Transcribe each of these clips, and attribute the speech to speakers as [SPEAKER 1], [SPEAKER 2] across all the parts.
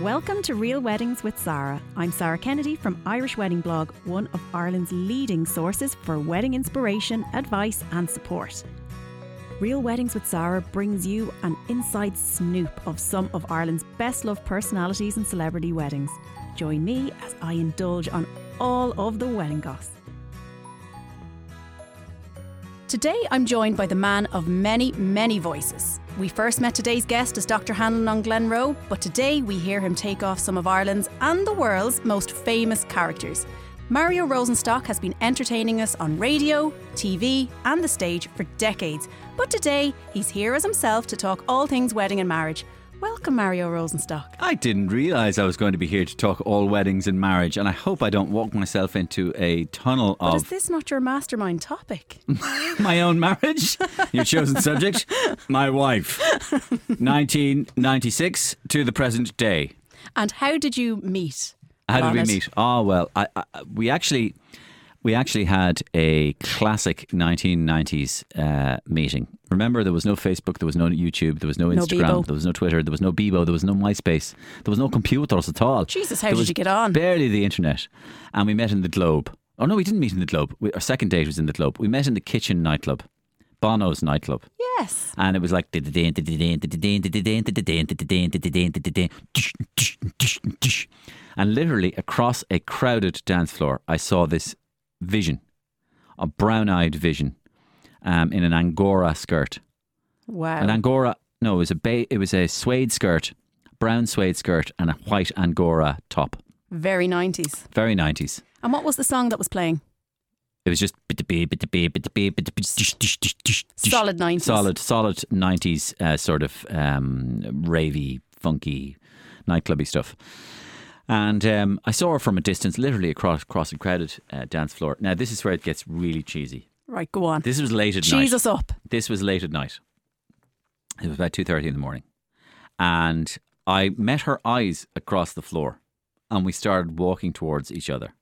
[SPEAKER 1] Welcome to Real Weddings with Sarah. I'm Sarah Kennedy from Irish Wedding Blog, one of Ireland's leading sources for wedding inspiration, advice, and support. Real Weddings with Sarah brings you an inside snoop of some of Ireland's best loved personalities and celebrity weddings. Join me as I indulge on all of the wedding goss. Today, I'm joined by the man of many, many voices. We first met today's guest as Dr. Hanlon on Glen Row, but today we hear him take off some of Ireland's and the world's most famous characters. Mario Rosenstock has been entertaining us on radio, TV, and the stage for decades, but today he's here as himself to talk all things wedding and marriage. Welcome, Mario Rosenstock.
[SPEAKER 2] I didn't realise I was going to be here to talk all weddings and marriage, and I hope I don't walk myself into a tunnel
[SPEAKER 1] But is
[SPEAKER 2] of
[SPEAKER 1] this not your mastermind topic?
[SPEAKER 2] my own marriage. Your chosen subject, my wife, 1996 to the present day.
[SPEAKER 1] and how did you meet?
[SPEAKER 2] How did we
[SPEAKER 1] Lonnit?
[SPEAKER 2] meet? Oh well, I, I we actually we actually had a classic 1990s uh, meeting. Remember, there was no Facebook, there was no YouTube, there was no Instagram,
[SPEAKER 1] Bebo.
[SPEAKER 2] there was no Twitter, there was no Bebo, there was no MySpace, there was no computers at all.
[SPEAKER 1] Jesus, how
[SPEAKER 2] There
[SPEAKER 1] did
[SPEAKER 2] was
[SPEAKER 1] you get on?
[SPEAKER 2] Barely the internet, and we met in the Globe. Oh no, we didn't meet in the Globe. We, our second date was in the Globe. We met in the kitchen nightclub, Bono's nightclub.
[SPEAKER 1] Yes.
[SPEAKER 2] And it was like and literally across a crowded dance floor, I saw this vision, a brown-eyed vision, um, in an angora skirt.
[SPEAKER 1] Wow.
[SPEAKER 2] An angora, no, it was a ba- it was a suede skirt, brown suede skirt, and a white angora top.
[SPEAKER 1] Very 90s.
[SPEAKER 2] Very nineties.
[SPEAKER 1] And what was the song that was playing?
[SPEAKER 2] It was just
[SPEAKER 1] Solid
[SPEAKER 2] solid.
[SPEAKER 1] 90s.
[SPEAKER 2] solid, solid nineties uh, sort of um, ravey, funky, nightclubby stuff. And um, I saw her from a distance, literally across across a crowded uh, dance floor. Now this is where it gets really cheesy.
[SPEAKER 1] Right, go on.
[SPEAKER 2] This was late at
[SPEAKER 1] Cheese
[SPEAKER 2] night.
[SPEAKER 1] us up.
[SPEAKER 2] This was late at night. It was about two thirty in the morning, and I met her eyes across the floor, and we started walking towards each other.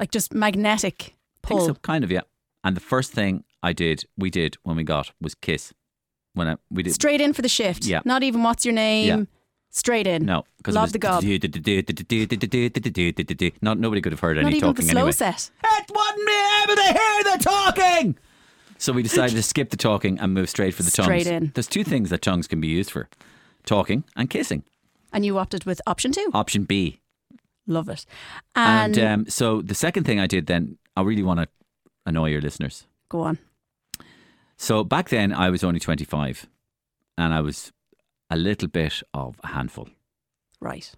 [SPEAKER 1] Like just magnetic
[SPEAKER 2] Think
[SPEAKER 1] pull.
[SPEAKER 2] so, kind of, yeah. And the first thing I did, we did when we got was kiss. When I we did
[SPEAKER 1] Straight in for the shift.
[SPEAKER 2] Yeah.
[SPEAKER 1] Not even what's your name.
[SPEAKER 2] Yeah.
[SPEAKER 1] Straight in.
[SPEAKER 2] No, because
[SPEAKER 1] Love the gob.
[SPEAKER 2] Not nobody could have heard
[SPEAKER 1] Not
[SPEAKER 2] any
[SPEAKER 1] even the
[SPEAKER 2] talking
[SPEAKER 1] slow
[SPEAKER 2] anyway.
[SPEAKER 1] set.
[SPEAKER 2] It wouldn't be able to hear the talking. So we decided to skip the talking and move straight for the tongues.
[SPEAKER 1] Straight in.
[SPEAKER 2] There's two things that tongues can be used for: talking and kissing.
[SPEAKER 1] And you opted with option two.
[SPEAKER 2] Option B.
[SPEAKER 1] Love it.
[SPEAKER 2] And,
[SPEAKER 1] And,
[SPEAKER 2] um, so the second thing I did then, I really want to annoy your listeners.
[SPEAKER 1] go on.
[SPEAKER 2] So back then, I was only 25, and I was a little bit of a handful.
[SPEAKER 1] Right.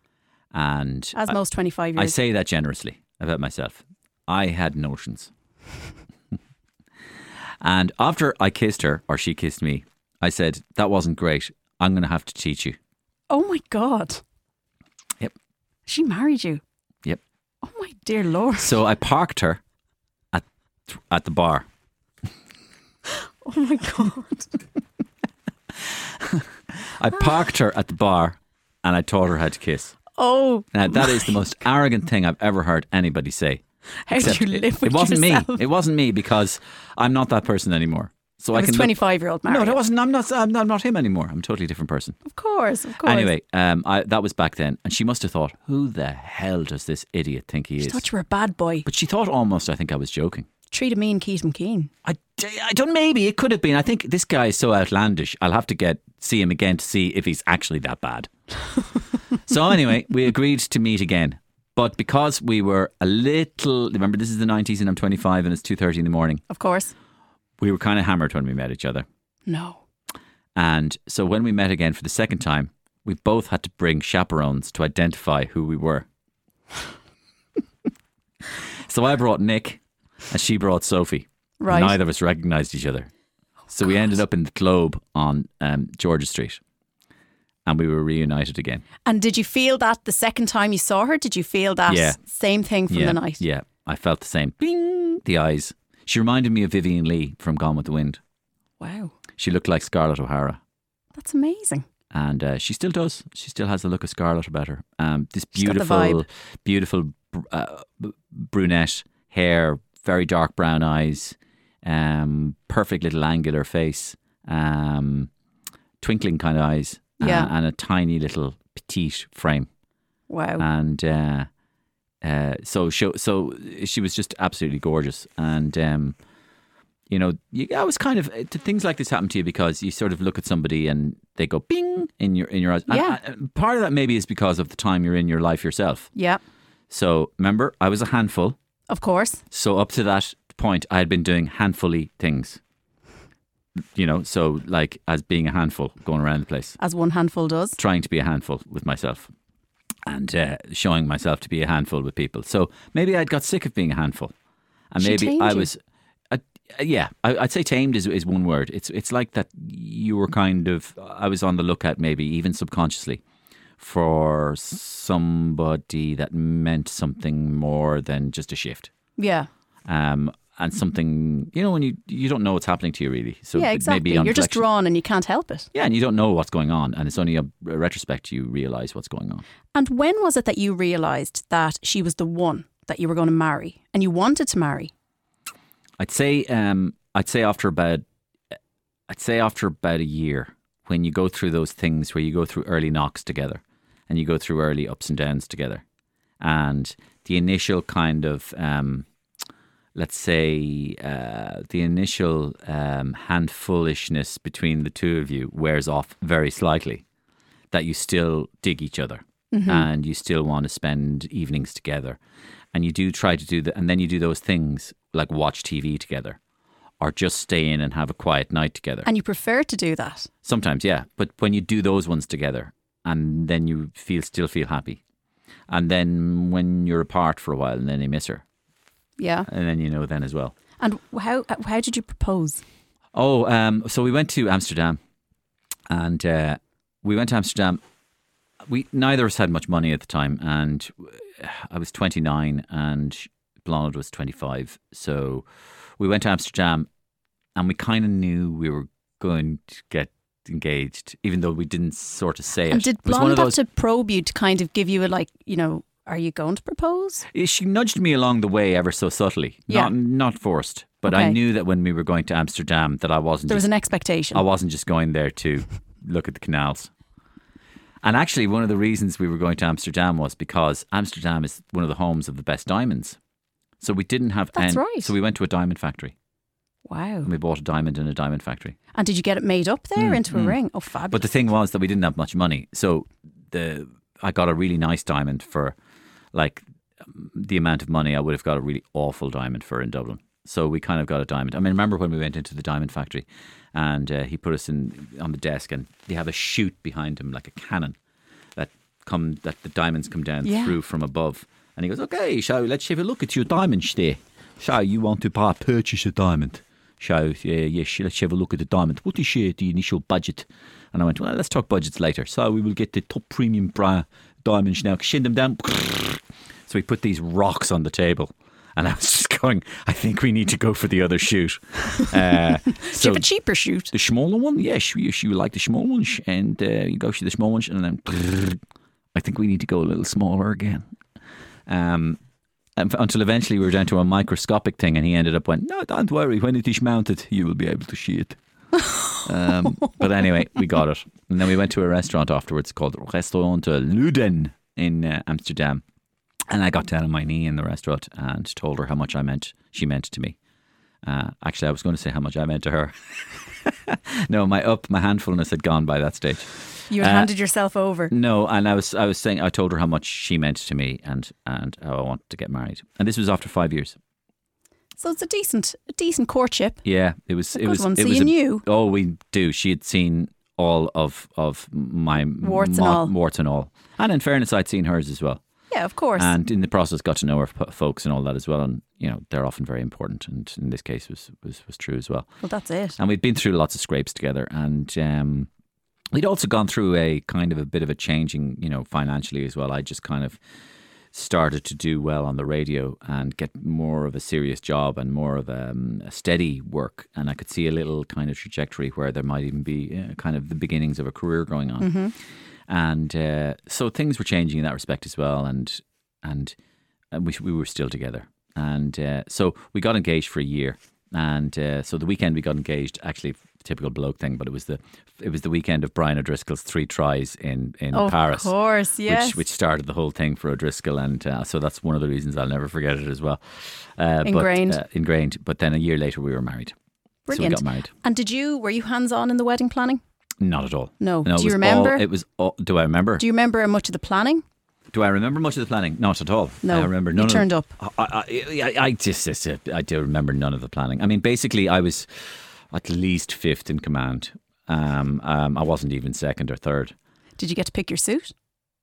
[SPEAKER 2] And
[SPEAKER 1] As
[SPEAKER 2] I-
[SPEAKER 1] most 25
[SPEAKER 2] I
[SPEAKER 1] years.
[SPEAKER 2] say that generously about myself. I had notions. and after I kissed her, or she kissed me, I said, That wasn't great. I'm going to have to teach you.
[SPEAKER 1] oh my God.
[SPEAKER 2] Yep.
[SPEAKER 1] She married you.
[SPEAKER 2] Yep.
[SPEAKER 1] Oh my dear Lord.
[SPEAKER 2] So I parked her at, at the bar.
[SPEAKER 1] Oh my God.
[SPEAKER 2] I parked her at the bar and I taught her how to kiss.
[SPEAKER 1] Oh.
[SPEAKER 2] Now, that is the most arrogant thing I've ever heard anybody say.
[SPEAKER 1] How do
[SPEAKER 2] Except
[SPEAKER 1] you
[SPEAKER 2] it-
[SPEAKER 1] live
[SPEAKER 2] it,
[SPEAKER 1] with
[SPEAKER 2] wasn't
[SPEAKER 1] yourself?
[SPEAKER 2] me. It wasn't me because I'm not that person anymore. So I
[SPEAKER 1] It
[SPEAKER 2] can
[SPEAKER 1] was
[SPEAKER 2] look-
[SPEAKER 1] 25 year old Mario.
[SPEAKER 2] No, that wasn't. I'm not. I'm not, I'm not him anymore. I'm a totally different person.
[SPEAKER 1] Of course, of course.
[SPEAKER 2] Anyway, um, I, that was back then, and she must have thought, "Who the hell does this idiot think he
[SPEAKER 1] She
[SPEAKER 2] is?"
[SPEAKER 1] thought you were a bad boy.
[SPEAKER 2] but she thought almost, I think, I was joking.
[SPEAKER 1] Treat a mean Keaton Keen.
[SPEAKER 2] I, I don't. Maybe it could have been. I think this guy is so outlandish. I'll have to get see him again to see if he's actually that bad. so anyway, we agreed to meet again, but because we were a little. Remember, this is the '90s, and I'm 25, and it's 2:30 in the morning.
[SPEAKER 1] Of course.
[SPEAKER 2] We were kind of hammered when we met each other,
[SPEAKER 1] No.
[SPEAKER 2] and so when we met again for the second time, we both had to bring chaperones to identify who we were. so I brought Nick, and she brought Sophie.
[SPEAKER 1] Right. Oh,
[SPEAKER 2] Neither of us recognized each other. So we ended up in the Globe on um, Georgia Street, and we were reunited again.
[SPEAKER 1] And did you feel that the second time you saw her? Did you feel that
[SPEAKER 2] Yeah.
[SPEAKER 1] same thing from
[SPEAKER 2] yeah,
[SPEAKER 1] the night?
[SPEAKER 2] yeah, I felt the same. Bing, the eyes. She reminded me of Vivian Lee from Gone with the Wind.
[SPEAKER 1] Wow.
[SPEAKER 2] She looked like Scarlett O'Hara,
[SPEAKER 1] That's amazing.
[SPEAKER 2] and uh, she still does. She still has the look of Scarlett about her. Um, this
[SPEAKER 1] She's got the
[SPEAKER 2] beautiful,
[SPEAKER 1] vibe.
[SPEAKER 2] beautiful br- uh, b- brunette hair, very dark brown eyes, um, perfect little angular face, um, twinkling kind of eyes, uh,
[SPEAKER 1] Yeah.
[SPEAKER 2] and a tiny little petite frame.
[SPEAKER 1] Wow.
[SPEAKER 2] and uh, uh, so she, so she was just absolutely gorgeous, and um, you know, you I was kind of uh, things like this happen to you because you sort of look at somebody and they go bing in your in your eyes. And-
[SPEAKER 1] Yeah.
[SPEAKER 2] and part of that maybe is because of the time you're in your life yourself.
[SPEAKER 1] yeah.
[SPEAKER 2] So remember, I was a handful.
[SPEAKER 1] Of course.
[SPEAKER 2] So up to that point, I had been doing handfully things. You know, so like as being a handful, going around the place
[SPEAKER 1] As one handful does.
[SPEAKER 2] trying to be a handful with myself and uh, showing myself to be a handful with people. So maybe I'd got sick of being a handful, and
[SPEAKER 1] She
[SPEAKER 2] maybe
[SPEAKER 1] tamed
[SPEAKER 2] I
[SPEAKER 1] you.
[SPEAKER 2] was. Uh, yeah, I, I'd say tamed is, is one word. It's it's like that you were kind of I was on the lookout maybe even subconsciously for somebody that meant something more than just a shift
[SPEAKER 1] Yeah.
[SPEAKER 2] um, and something you know when you you don't know what's happening to you really. So
[SPEAKER 1] Yeah,
[SPEAKER 2] it may
[SPEAKER 1] exactly.
[SPEAKER 2] be
[SPEAKER 1] You're
[SPEAKER 2] on
[SPEAKER 1] just
[SPEAKER 2] reflection.
[SPEAKER 1] drawn and you can't help it.
[SPEAKER 2] Yeah, and you don't know what's going on, and it's only a a retrospect you realize what's going on.
[SPEAKER 1] And when was it that you realised that she was the one that you were going to marry and you wanted to marry?
[SPEAKER 2] I'd say um, I'd say after about I'd say after about a year when you go through those things where you go through early knocks together and you go through early ups and downs together and the initial kind of um, let's say uh, the initial um, handfulishness between the two of you wears off very slightly that you still dig each other and you still want to spend evenings together and you do try to do that and then you do those things like watch tv together or just stay in and have a quiet night together
[SPEAKER 1] And you prefer to do that.
[SPEAKER 2] sometimes yeah but when you do those ones together and then you feel still feel happy and then when you're apart for a while and then you miss her
[SPEAKER 1] Yeah.
[SPEAKER 2] and then you know then as well
[SPEAKER 1] And how uh, how did you propose?
[SPEAKER 2] Oh, um, so we went to Amsterdam, and uh, we went to Amsterdam. We neither of us had much money at the time, and uh, I was twenty nine, and Blonde was twenty five. So we went to Amsterdam, and we kind of knew we were going to get engaged, even though we didn't sort of say
[SPEAKER 1] And
[SPEAKER 2] it.
[SPEAKER 1] did
[SPEAKER 2] It was one
[SPEAKER 1] Blonde
[SPEAKER 2] of
[SPEAKER 1] have
[SPEAKER 2] those-
[SPEAKER 1] to probe you to kind of give you a like, you know, are you going to propose?
[SPEAKER 2] Eh, She nudged me along the way ever so subtly,
[SPEAKER 1] Yeah.
[SPEAKER 2] not not forced, but I
[SPEAKER 1] Okay.
[SPEAKER 2] knew that when we were going to Amsterdam, that I wasn't
[SPEAKER 1] There
[SPEAKER 2] just
[SPEAKER 1] was an expectation.
[SPEAKER 2] I wasn't just going there to look at the canals. And actually, one of the reasons we were going to Amsterdam was because Amsterdam is one of the homes of the best diamonds. So we didn't have.
[SPEAKER 1] That's
[SPEAKER 2] and-
[SPEAKER 1] right.
[SPEAKER 2] So we went to a diamond factory
[SPEAKER 1] Wow.
[SPEAKER 2] and we bought a diamond in a diamond factory.
[SPEAKER 1] And did you get it made up there into a ring? Oh,
[SPEAKER 2] Mm, But
[SPEAKER 1] fabulous.
[SPEAKER 2] the thing was that we didn't have much money. So the I got a really nice diamond for like um, the amount of money I would have got a really awful diamond for in Dublin. So we kind of got a diamond. I mean, remember when we went into the diamond factory and uh, he put us in on the desk and they have a chute behind him like a cannon that come that the diamonds come down
[SPEAKER 1] Yeah.
[SPEAKER 2] through from above. And he goes, "Okay, so let's have a look at your diamonds there. So you want to buy purchase a diamond? So uh, yes, let's have a look at the diamond. What is uh, the initial budget?" And I went, "Well, let's talk budgets later. So we will get the top premium bra diamonds now. Shin them down." So we put these rocks on the table. And I was just going, I think we need to go for the other shoot. Uh,
[SPEAKER 1] Do you
[SPEAKER 2] so
[SPEAKER 1] have a cheaper shoot?
[SPEAKER 2] the smaller one, yes, you, you like the small ones, and uh, you go to the small ones, and then I think we need to go a little smaller again. Um, and f- until eventually we were down to a microscopic thing, and he ended up went, no, don't worry, when it is mounted, you will be able to see it. um, but anyway, we got it, and then we went to a restaurant afterwards called Restaurant Luden in uh, Amsterdam, and I got down on my knee in the restaurant and told her how much I meant she meant to me. Uh, actually, I was going to say how much I meant to her. No, my up, my handfulness had gone by that stage.
[SPEAKER 1] You had
[SPEAKER 2] Uh,
[SPEAKER 1] handed yourself over.
[SPEAKER 2] No, and I was, I was saying, I told her how much she meant to me, and and how I wanted to get married. And this was after five years.
[SPEAKER 1] So it's a decent a decent courtship.
[SPEAKER 2] Yeah, it was,
[SPEAKER 1] a
[SPEAKER 2] it
[SPEAKER 1] good
[SPEAKER 2] was,
[SPEAKER 1] one.
[SPEAKER 2] it
[SPEAKER 1] So
[SPEAKER 2] was
[SPEAKER 1] you
[SPEAKER 2] a-
[SPEAKER 1] knew?
[SPEAKER 2] Oh, we do. She had seen all of of my
[SPEAKER 1] Warts and all.
[SPEAKER 2] warts and all. And in fairness, I'd seen hers as well.
[SPEAKER 1] Yeah, of course.
[SPEAKER 2] And in the process, got to know her p- folks and all that as well. And you know, they're often very important, and in this case, was was, was true as well.
[SPEAKER 1] well, that's it.
[SPEAKER 2] And we'd been through lots of scrapes together, and um, we'd also gone through a kind of a bit of a changing, you know, financially as well. I just kind of started to do well on the radio and get more of a serious job and more of um, a steady work, and I could see a little kind of trajectory where there might even be uh, kind of the beginnings of a career going on. And uh, so things were changing in that respect as well, and uh, and and we we were still together. And uh, so we got engaged for a year, And uh, so the weekend we got engaged, actually typical bloke thing, but it was the it was the weekend of Brian O'Driscoll's three tries in in
[SPEAKER 1] Of
[SPEAKER 2] Paris.
[SPEAKER 1] course, yes.
[SPEAKER 2] Which, which started the whole thing for O'Driscoll, and uh, so that's one of the reasons I'll never forget it as well. Uh,
[SPEAKER 1] Ingrained.
[SPEAKER 2] But, uh, ingrained. But then a year later, we were married.
[SPEAKER 1] Brilliant.
[SPEAKER 2] So we got married.
[SPEAKER 1] And did you were you hands on in the wedding planning?
[SPEAKER 2] Not at all.
[SPEAKER 1] No.
[SPEAKER 2] it
[SPEAKER 1] Do you
[SPEAKER 2] was all-
[SPEAKER 1] remember?
[SPEAKER 2] it was. All, do I remember?
[SPEAKER 1] Do you remember much of the planning?
[SPEAKER 2] Do I remember much of the planning? Not at all.
[SPEAKER 1] No.
[SPEAKER 2] I remember
[SPEAKER 1] You
[SPEAKER 2] none. of
[SPEAKER 1] turned
[SPEAKER 2] the,
[SPEAKER 1] up.
[SPEAKER 2] I, I, I, I just, just, uh, I do remember none of the planning. I mean, basically, I was at least fifth in command. Um, um, I wasn't even second or third.
[SPEAKER 1] Did you get to pick your suit?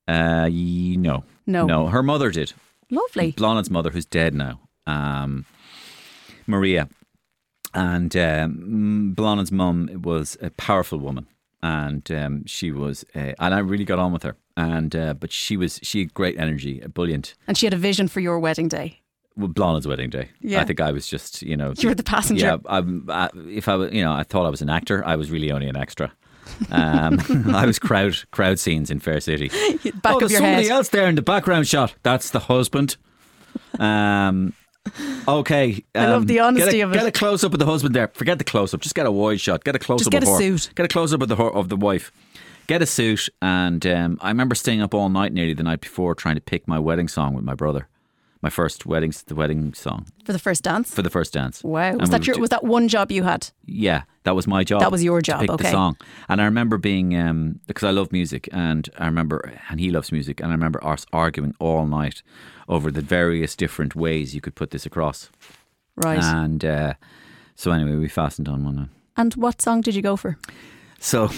[SPEAKER 2] Uh, y- no,
[SPEAKER 1] No.
[SPEAKER 2] no. Her mother did.
[SPEAKER 1] Lovely.
[SPEAKER 2] Blonde's mother, who's dead now, um, Maria. And um, Blonde's mum was a powerful woman, and um, she was, uh, and I really got on with her. And uh, but she was, she had great energy, brilliant.
[SPEAKER 1] And she had a vision for your wedding day.
[SPEAKER 2] Well, Blonde's wedding day.
[SPEAKER 1] Yeah.
[SPEAKER 2] I think I was just, you know,
[SPEAKER 1] You were the passenger.
[SPEAKER 2] Yeah, I, I, if I, was- you know, I thought I was an actor. I was really only an extra. Um, I was crowd crowd scenes in Fair City.
[SPEAKER 1] Back
[SPEAKER 2] oh,
[SPEAKER 1] of
[SPEAKER 2] there's
[SPEAKER 1] your
[SPEAKER 2] somebody
[SPEAKER 1] head.
[SPEAKER 2] else there in the background shot. That's the husband. Um, okay.
[SPEAKER 1] I love
[SPEAKER 2] um,
[SPEAKER 1] the honesty
[SPEAKER 2] get a,
[SPEAKER 1] of it.
[SPEAKER 2] Get a close up of the husband there. Forget the close up. Just get a wide shot. Get a close
[SPEAKER 1] Just
[SPEAKER 2] up.
[SPEAKER 1] get
[SPEAKER 2] of
[SPEAKER 1] a
[SPEAKER 2] her.
[SPEAKER 1] suit.
[SPEAKER 2] Get a close up of the hor- of the wife. Get a suit. And um, I remember staying up all night, nearly the night before, trying to pick my wedding song with my brother. My first wedding, the wedding song
[SPEAKER 1] for the first dance.
[SPEAKER 2] for the first dance.
[SPEAKER 1] Wow.
[SPEAKER 2] And
[SPEAKER 1] Was
[SPEAKER 2] we
[SPEAKER 1] that
[SPEAKER 2] were
[SPEAKER 1] your
[SPEAKER 2] do-
[SPEAKER 1] was that one job you had?
[SPEAKER 2] yeah, that was my job.
[SPEAKER 1] That was your job,
[SPEAKER 2] To pick
[SPEAKER 1] okay.
[SPEAKER 2] the song, and I remember being um, because I love music, and I remember, and he loves music, and I remember us arguing all night over the various different ways you could put this across.
[SPEAKER 1] Right.
[SPEAKER 2] And uh, so, anyway, we fastened on one. uh,
[SPEAKER 1] and what song did you go for?
[SPEAKER 2] So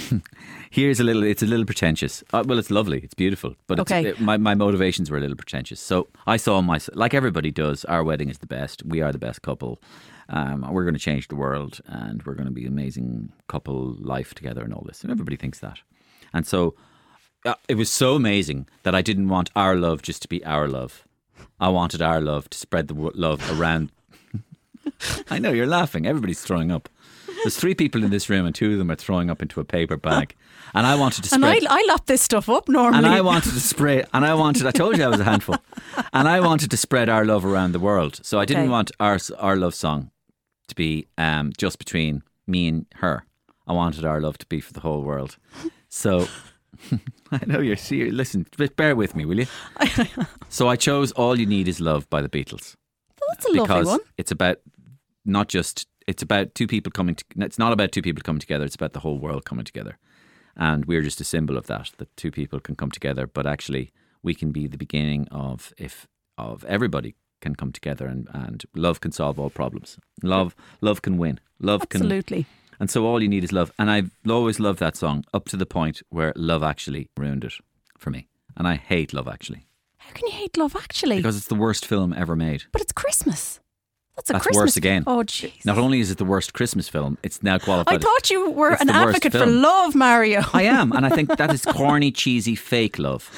[SPEAKER 2] here's a little. It's a little pretentious. Uh, well, it's lovely. It's beautiful. But it's,
[SPEAKER 1] Okay.
[SPEAKER 2] it- my my motivations were a little pretentious. So I saw my like everybody does. Our wedding is the best. We are the best couple. Um, we're going to change the world, and we're going to be amazing couple life together, and all this. And everybody thinks that. And so uh, it was so amazing that I didn't want our love just to be our love. I wanted our love to spread the wo- love around. I know you're laughing. Everybody's throwing up. There's three people in this room, and two of them are throwing up into a paper bag. And I wanted to spread.
[SPEAKER 1] And I I lap this stuff up normally.
[SPEAKER 2] And I wanted to spread. And I wanted. I told you I was a handful. And I wanted to spread our love around the world. So I didn't
[SPEAKER 1] Okay.
[SPEAKER 2] want our s- our love song to be um, just between me and her. I wanted our love to be for the whole world. So I know you're serious. Listen, b- bear with me, will you? so I chose "All You Need Is Love" by the Beatles
[SPEAKER 1] That's a lovely
[SPEAKER 2] because
[SPEAKER 1] one.
[SPEAKER 2] it's about not just it's about two people coming. To, it's not about two people coming together. It's about the whole world coming together, and we're just a symbol of that. That two people can come together, but actually we can be the beginning of if of everybody can come together and and love can solve all problems. Love love can win. Love can
[SPEAKER 1] Absolutely.
[SPEAKER 2] and so all you need is love. And I've always loved that song up to the point where Love Actually ruined it for me. And I hate Love Actually
[SPEAKER 1] How can you hate love actually?
[SPEAKER 2] because it's the worst film ever made.
[SPEAKER 1] but it's Christmas. That's a
[SPEAKER 2] That's
[SPEAKER 1] Christmas
[SPEAKER 2] worse again.
[SPEAKER 1] Oh jeez.
[SPEAKER 2] Not only is it the worst Christmas film, it's now qualified.
[SPEAKER 1] I thought you were
[SPEAKER 2] It's
[SPEAKER 1] an
[SPEAKER 2] the worst
[SPEAKER 1] advocate for
[SPEAKER 2] film.
[SPEAKER 1] love, Mario.
[SPEAKER 2] I am, and I think that is corny, cheesy, fake love.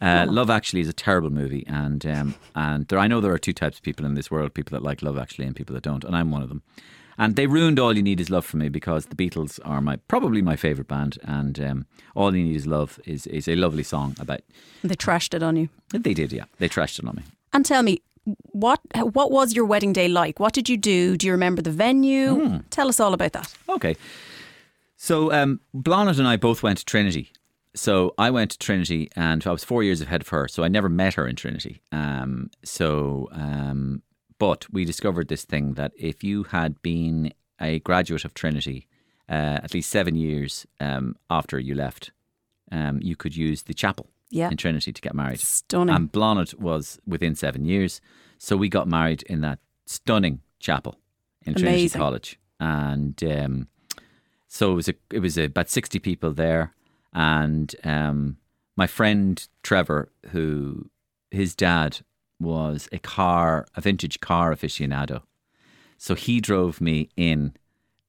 [SPEAKER 2] Uh, Love Actually is a terrible movie, and um, and there, I know there are two types of people in this world: people that like Love Actually and people that don't, and I'm one of them. And they ruined All You Need Is Love for me because the Beatles are my probably my favorite band, and um, All You Need Is Love is is a lovely song about.
[SPEAKER 1] they trashed it on you.
[SPEAKER 2] They did, yeah, they trashed it on me.
[SPEAKER 1] And tell me, what what was your wedding day like? What did you do? Do you remember the venue?
[SPEAKER 2] Hmm.
[SPEAKER 1] Tell us all about that.
[SPEAKER 2] Okay. So um, Blonnet and I both went to Trinity. So I went to Trinity, and I was four years ahead of her, so I never met her in Trinity. Um, so, um, but we discovered this thing that if you had been a graduate of Trinity uh, at least seven years um, after you left, um, you could use the chapel
[SPEAKER 1] Yeah.
[SPEAKER 2] in Trinity to get married.
[SPEAKER 1] Stunning.
[SPEAKER 2] And Blonnet was within seven years. So we got married in that stunning chapel in Trinity
[SPEAKER 1] Amazing.
[SPEAKER 2] College. And um, so it was a, it was about 60 people there. And um, my friend Trevor, who his dad was a car, a vintage car aficionado. So he drove me in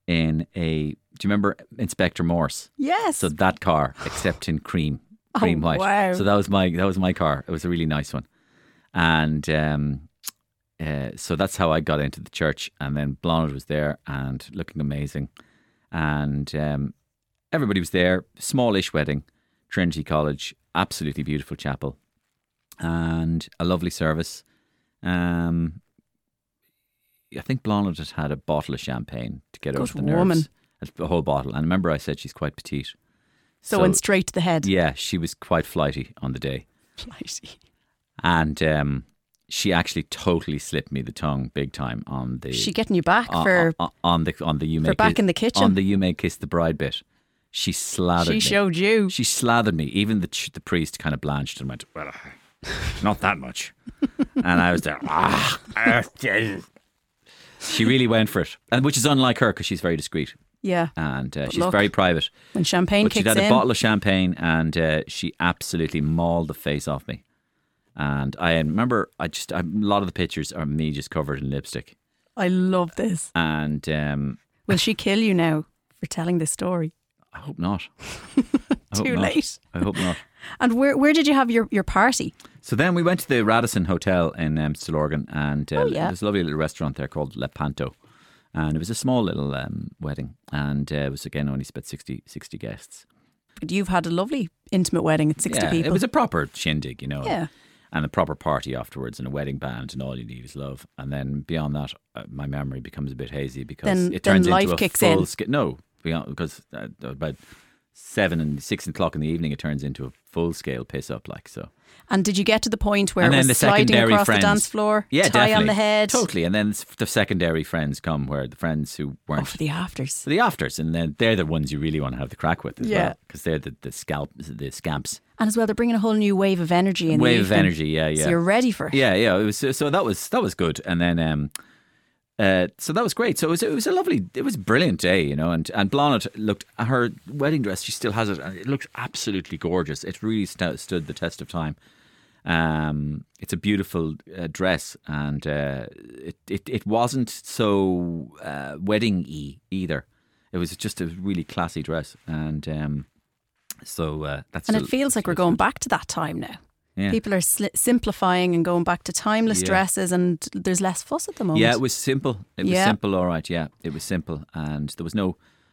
[SPEAKER 2] in a, do you remember Inspector Morse?
[SPEAKER 1] yes.
[SPEAKER 2] So that car, except in cream,
[SPEAKER 1] Oh,
[SPEAKER 2] cream white.
[SPEAKER 1] wow.
[SPEAKER 2] So that was my that was my car. It was a really nice one, and um, uh, so that's how I got into the church. And then Blonde was there and looking amazing, and um, everybody was there. Smallish wedding, Trinity College, absolutely beautiful chapel, and a lovely service. Um, I think Blonde had had a bottle of champagne to get
[SPEAKER 1] Good
[SPEAKER 2] over the
[SPEAKER 1] woman.
[SPEAKER 2] nerves. A whole bottle. And I remember I said she's quite petite.
[SPEAKER 1] So, went straight to the head.
[SPEAKER 2] yeah, she was quite flighty on the day.
[SPEAKER 1] Flighty.
[SPEAKER 2] And um, she actually totally slipped me the tongue big time on the
[SPEAKER 1] She getting you back
[SPEAKER 2] on,
[SPEAKER 1] for
[SPEAKER 2] on- on the on the you may
[SPEAKER 1] back
[SPEAKER 2] kiss,
[SPEAKER 1] in the kitchen.
[SPEAKER 2] on the you may kiss the bride bit. She slathered.
[SPEAKER 1] she
[SPEAKER 2] me.
[SPEAKER 1] showed you.
[SPEAKER 2] She slathered me. Even the ch- the priest kind of blanched and went, "Well, not that much." and I was there. "Ah, ah, yeah." she really went for it, and which is unlike her because she's very discreet
[SPEAKER 1] Yeah.
[SPEAKER 2] and uh, she's
[SPEAKER 1] look,
[SPEAKER 2] very private.
[SPEAKER 1] When champagne
[SPEAKER 2] But she'd
[SPEAKER 1] kicks
[SPEAKER 2] had a
[SPEAKER 1] in,
[SPEAKER 2] bottle of champagne, and uh, she absolutely mauled the face off me. And I remember, I just I, a lot of the pictures are me just covered in lipstick,
[SPEAKER 1] I love this.
[SPEAKER 2] and um,
[SPEAKER 1] Will she kill you now for telling this story?
[SPEAKER 2] I hope not. I hope
[SPEAKER 1] Too
[SPEAKER 2] not.
[SPEAKER 1] late.
[SPEAKER 2] I hope not.
[SPEAKER 1] And where where did you have your, your party?
[SPEAKER 2] So then we went to the Radisson Hotel in um, Stillorgan, and uh,
[SPEAKER 1] Oh, yeah.
[SPEAKER 2] there's a lovely little restaurant there called Lepanto. And it was a small little um, wedding, and uh, it was again only about 60, 60 guests.
[SPEAKER 1] You've had a lovely intimate wedding at 60
[SPEAKER 2] yeah,
[SPEAKER 1] people.
[SPEAKER 2] it was a proper shindig, you know.
[SPEAKER 1] Yeah.
[SPEAKER 2] And a proper party afterwards, and a wedding band, and all you need is love. And then beyond that, uh, my memory becomes a bit hazy because
[SPEAKER 1] Then-
[SPEAKER 2] it
[SPEAKER 1] then
[SPEAKER 2] turns
[SPEAKER 1] life
[SPEAKER 2] into a
[SPEAKER 1] kicks
[SPEAKER 2] full
[SPEAKER 1] in.
[SPEAKER 2] sca- no, beyond, because uh, about seven and six o'clock in the evening, it turns into a full scale piss up, like so.
[SPEAKER 1] and did you get to the point where
[SPEAKER 2] and
[SPEAKER 1] it was
[SPEAKER 2] then the
[SPEAKER 1] sliding
[SPEAKER 2] secondary
[SPEAKER 1] across
[SPEAKER 2] friends,
[SPEAKER 1] the dance floor,
[SPEAKER 2] yeah,
[SPEAKER 1] tie
[SPEAKER 2] definitely.
[SPEAKER 1] on the head?
[SPEAKER 2] totally. And then s- the secondary friends come, where the friends who weren't
[SPEAKER 1] Oh, for the afters.
[SPEAKER 2] so the afters, and then they're the ones you really want to have the crack with, as
[SPEAKER 1] Yeah.
[SPEAKER 2] because they're the the scalp the scamps
[SPEAKER 1] And as well, they're bringing a whole new wave of energy in the
[SPEAKER 2] wave of
[SPEAKER 1] evening.
[SPEAKER 2] energy, yeah, yeah,
[SPEAKER 1] So you're ready for it.
[SPEAKER 2] yeah, yeah. It was so that was that was good, and then um, uh, so that was great. So it was it was a lovely, it was a brilliant day, you know. And and Blonnet looked her wedding dress; she still has it, and it looks absolutely gorgeous. It really st- stood the test of time. Um, it's a beautiful uh, dress, and uh, it, it it wasn't so uh, wedding y either. It was just a really classy dress, and um, so uh, that's
[SPEAKER 1] And
[SPEAKER 2] still-
[SPEAKER 1] it feels like we're going back to that time now.
[SPEAKER 2] Yeah.
[SPEAKER 1] People are sli simplifying and going back to timeless
[SPEAKER 2] Yeah.
[SPEAKER 1] dresses, and there's less fuss at the moment.
[SPEAKER 2] Yeah, it was simple. It was
[SPEAKER 1] Yeah.
[SPEAKER 2] simple, all right. Yeah, it was simple, and there was no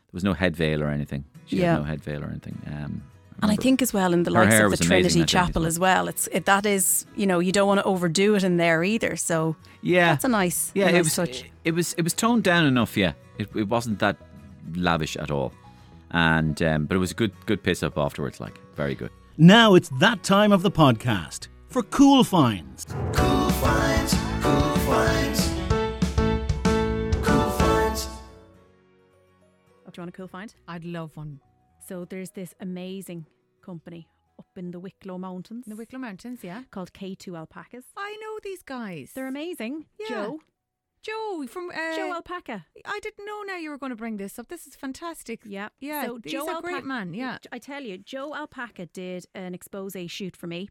[SPEAKER 2] there was no head veil or anything. She
[SPEAKER 1] Yeah.
[SPEAKER 2] had no head veil or anything. Um,
[SPEAKER 1] And I
[SPEAKER 2] remember.
[SPEAKER 1] think as well in the
[SPEAKER 2] Her
[SPEAKER 1] likes
[SPEAKER 2] hair
[SPEAKER 1] of the
[SPEAKER 2] was amazing
[SPEAKER 1] Trinity
[SPEAKER 2] that day as
[SPEAKER 1] Chapel
[SPEAKER 2] well.
[SPEAKER 1] as well. It's it, that is you know you don't want to overdo it in there either. So
[SPEAKER 2] yeah,
[SPEAKER 1] that's a nice
[SPEAKER 2] yeah,
[SPEAKER 1] a
[SPEAKER 2] it
[SPEAKER 1] nice
[SPEAKER 2] was
[SPEAKER 1] touch.
[SPEAKER 2] it was it was toned down enough. Yeah, it, it wasn't that lavish at all, and um, but it was a good good piss up afterwards. Like very good.
[SPEAKER 3] Now it's that time of the podcast for cool finds.
[SPEAKER 4] Cool finds, cool finds, cool finds.
[SPEAKER 1] do you want a cool find?
[SPEAKER 5] I'd love one.
[SPEAKER 1] So there's this amazing company up in the Wicklow Mountains
[SPEAKER 5] The Wicklow Mountains, yeah.
[SPEAKER 1] called K2 Alpacas.
[SPEAKER 5] I know these guys.
[SPEAKER 1] They're amazing.
[SPEAKER 5] Yeah.
[SPEAKER 1] Joe,
[SPEAKER 5] Joe from uh,
[SPEAKER 1] Joe Alpaca.
[SPEAKER 5] I didn't know now you were going to bring this up. This is fantastic.
[SPEAKER 1] Yeah,
[SPEAKER 5] yeah.
[SPEAKER 1] So
[SPEAKER 5] he's
[SPEAKER 1] Joe
[SPEAKER 5] a great
[SPEAKER 1] Alpaca-
[SPEAKER 5] man. Yeah,
[SPEAKER 1] I tell you, Joe Alpaca did an expose shoot for me.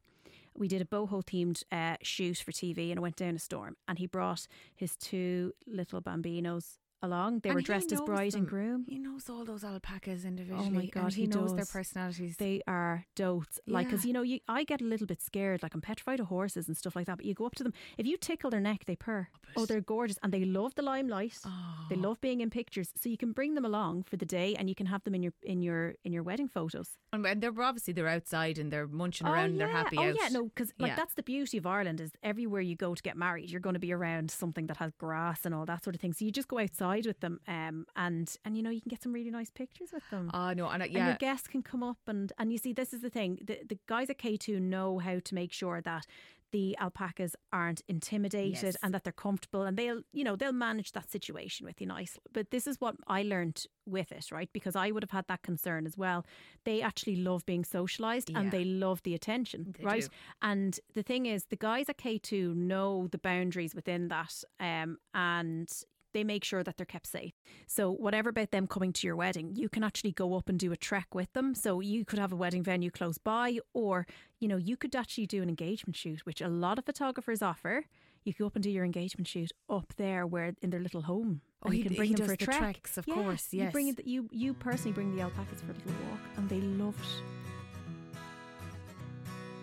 [SPEAKER 1] We did a boho themed uh, shoot for TV, and it went down a storm. And he brought his two little bambinos along. They
[SPEAKER 5] And
[SPEAKER 1] were
[SPEAKER 5] he
[SPEAKER 1] dressed as
[SPEAKER 5] knows
[SPEAKER 1] bride and
[SPEAKER 5] them.
[SPEAKER 1] groom. Oh
[SPEAKER 5] He knows all those alpacas individually.
[SPEAKER 1] God,
[SPEAKER 5] and he,
[SPEAKER 1] he
[SPEAKER 5] knows their
[SPEAKER 1] does.
[SPEAKER 5] personalities.
[SPEAKER 1] They are dotes. Like, because,
[SPEAKER 5] Yeah.
[SPEAKER 1] you know, you, I get a little bit scared. Like, I'm petrified of horses and stuff like that. But you go up to them. If you tickle their neck, they purr. Oh, they're gorgeous. And they love the limelight.
[SPEAKER 5] Ah.
[SPEAKER 1] They love being in pictures. So you can bring them along for the day and you can have them in your in your in your wedding photos.
[SPEAKER 5] and and they're obviously they're outside and they're munching
[SPEAKER 1] Oh,
[SPEAKER 5] around. and They're
[SPEAKER 1] yeah.
[SPEAKER 5] happy.
[SPEAKER 1] Oh
[SPEAKER 5] out.
[SPEAKER 1] yeah, no, because like
[SPEAKER 5] Yeah.
[SPEAKER 1] that's the beauty of Ireland is everywhere you go to get married, you're going to be around something that has grass and all that sort of thing. So you just go outside with them, um, and and you know you can get some really nice pictures with them.
[SPEAKER 5] Oh no, and, I-
[SPEAKER 1] And
[SPEAKER 5] yeah.
[SPEAKER 1] your guests can come up and and you see this is the thing the the guys at K two know how to make sure that the alpacas aren't intimidated
[SPEAKER 5] Yes.
[SPEAKER 1] and that they're comfortable and they'll you know they'll manage that situation with you nice. But this is what I learned with it right because I would have had that concern as well. They actually love being socialized
[SPEAKER 5] Yeah.
[SPEAKER 1] and they love the attention
[SPEAKER 5] They
[SPEAKER 1] right.
[SPEAKER 5] do.
[SPEAKER 1] And the thing is the guys at K two know the boundaries within that um and they make sure that they're kept safe. So whatever about them coming to your wedding, you can actually go up and do a trek with them. So you could have a wedding venue close by, or you know you could actually do an engagement shoot, which a lot of photographers offer. You go up and do your engagement shoot up there, where in their little home.
[SPEAKER 5] Oh,
[SPEAKER 1] and
[SPEAKER 5] he-
[SPEAKER 1] you can bring
[SPEAKER 5] he
[SPEAKER 1] them for
[SPEAKER 5] does
[SPEAKER 1] a trek.
[SPEAKER 5] the treks, of
[SPEAKER 1] Yeah,
[SPEAKER 5] course,
[SPEAKER 1] You bring
[SPEAKER 5] yes.
[SPEAKER 1] it, you you personally bring the alpacas for a little walk, and they love it.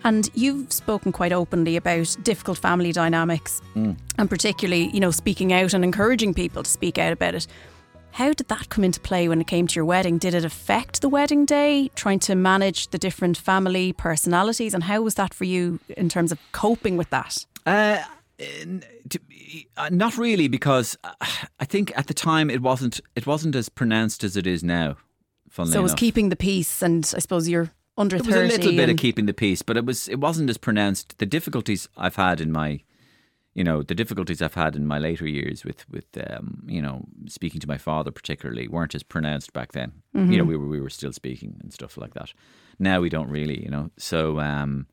[SPEAKER 1] And you've spoken quite openly about difficult family dynamics and particularly, you know, speaking out and encouraging people to speak out about it. How did that come into play when it came to your wedding? Did it affect the wedding day, trying to manage the different family personalities? And how was that for you in terms of coping with that?
[SPEAKER 2] Uh, n- to, uh, not really, because uh, I think at the time it wasn't it wasn't as pronounced as it is now. Funnily
[SPEAKER 1] So it was
[SPEAKER 2] enough.
[SPEAKER 1] keeping the peace, and I suppose you're under
[SPEAKER 2] There was
[SPEAKER 1] thirty.
[SPEAKER 2] a little bit of
[SPEAKER 1] and-
[SPEAKER 2] keeping the peace, but it was it wasn't as pronounced. The difficulties I've had in my, you know, the difficulties I've had in my later years with with um, you know speaking to my father particularly weren't as pronounced back then. You know, we were we were still speaking and stuff like that. Now we don't really, you know. So um,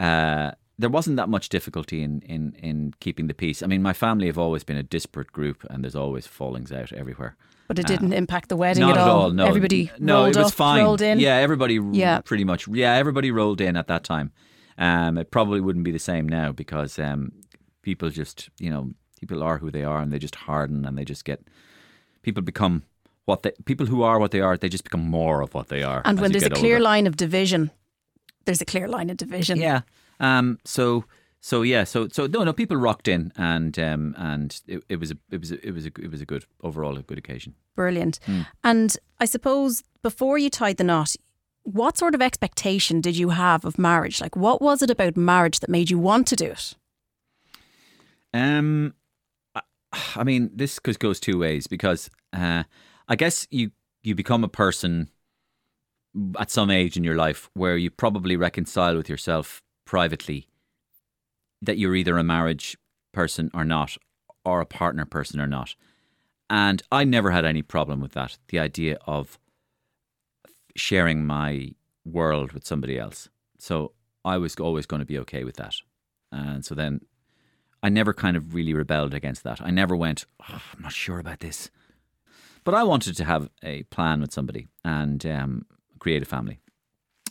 [SPEAKER 2] uh, there wasn't that much difficulty in, in in keeping the peace. I mean, my family have always been a disparate group, and there's always fallings out everywhere.
[SPEAKER 1] but it didn't impact the wedding
[SPEAKER 2] uh, Not
[SPEAKER 1] at all.
[SPEAKER 2] No,
[SPEAKER 1] everybody
[SPEAKER 2] no,
[SPEAKER 1] rolled
[SPEAKER 2] it was
[SPEAKER 1] up,
[SPEAKER 2] fine.
[SPEAKER 1] rolled in.
[SPEAKER 2] Yeah, everybody.
[SPEAKER 1] Yeah.
[SPEAKER 2] Yeah. pretty much. Yeah, everybody rolled in at that time. Um, it probably wouldn't be the same now because um, people just you know people are who they are and they just harden and they just get people become what they people who are what they are they just become more of what they are.
[SPEAKER 1] And
[SPEAKER 2] as
[SPEAKER 1] when
[SPEAKER 2] you
[SPEAKER 1] there's a
[SPEAKER 2] get
[SPEAKER 1] clear
[SPEAKER 2] older.
[SPEAKER 1] line of division, there's a clear line of division.
[SPEAKER 2] Yeah. Um. So. So yeah. So so no no people rocked in and um and it, it was a it was a, it was a it was a good overall a good occasion.
[SPEAKER 1] Brilliant.
[SPEAKER 2] Hmm.
[SPEAKER 1] And I suppose before you tied the knot, what sort of expectation did you have of marriage? Like, what was it about marriage that made you want to do it?
[SPEAKER 2] Um, I, I mean, this goes goes two ways because uh, I guess you you become a person at some age in your life where you probably reconcile with yourself privately that you're either a marriage person or not, or a partner person or not. And I never had any problem with that. The idea of sharing my world with somebody else. So I was always going to be okay with that. And so then I never kind of really rebelled against that. I never went, oh, I'm not sure about this. But I wanted to have a plan with somebody and um, create a family.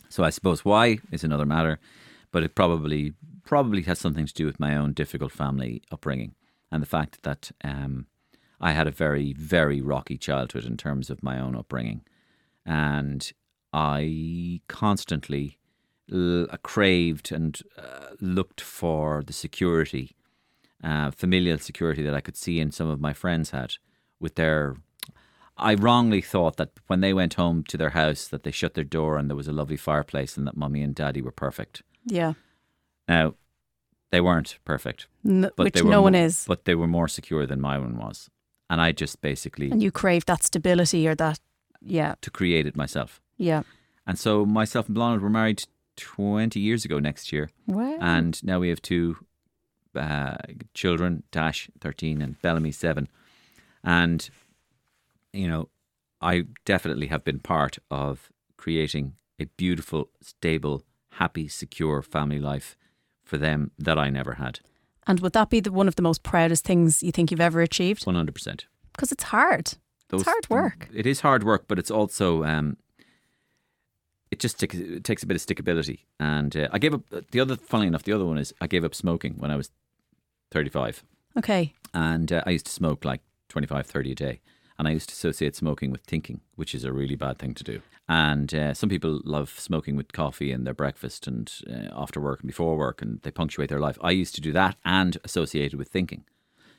[SPEAKER 2] So I suppose why is another matter, but it probably probably has something to do with my own difficult family upbringing and the fact that um, I had a very very rocky childhood in terms of my own upbringing, and I constantly l- craved and uh, looked for the security, uh, familial security that I could see in some of my friends had with their I wrongly thought that when they went home to their house that they shut their door and there was a lovely fireplace and that mummy and daddy were perfect.
[SPEAKER 1] Yeah.
[SPEAKER 2] Now, they weren't perfect,
[SPEAKER 1] N-
[SPEAKER 2] but
[SPEAKER 1] which
[SPEAKER 2] they
[SPEAKER 1] no
[SPEAKER 2] were mo-
[SPEAKER 1] one is.
[SPEAKER 2] But they were more secure than my one was, and I just basically
[SPEAKER 1] And you crave that stability or that. Yeah.
[SPEAKER 2] to create it myself.
[SPEAKER 1] Yeah.
[SPEAKER 2] And so myself and Blonde were married twenty years ago next year,
[SPEAKER 1] Wow.
[SPEAKER 2] and now we have two uh, children, Dash thirteen and Bellamy seven, and you know, I definitely have been part of creating a beautiful, stable, happy, secure family life for them that I never had.
[SPEAKER 1] And would that be the, one of the most proudest things you think you've ever achieved?
[SPEAKER 2] One hundred percent.
[SPEAKER 1] Because it's hard. it's hard work.
[SPEAKER 2] It is hard work, but it's also um, it just takes it takes a bit of stickability. And uh, I gave up the other. Funnily enough, the other one is I gave up smoking when I was thirty five,
[SPEAKER 1] Okay.
[SPEAKER 2] and uh, I used to smoke like 25, 30 a day. And I used to associate smoking with thinking, which is a really bad thing to do. And uh, some people love smoking with coffee and their breakfast and uh, after work and before work, and they punctuate their life. I used to do that and associate it with thinking.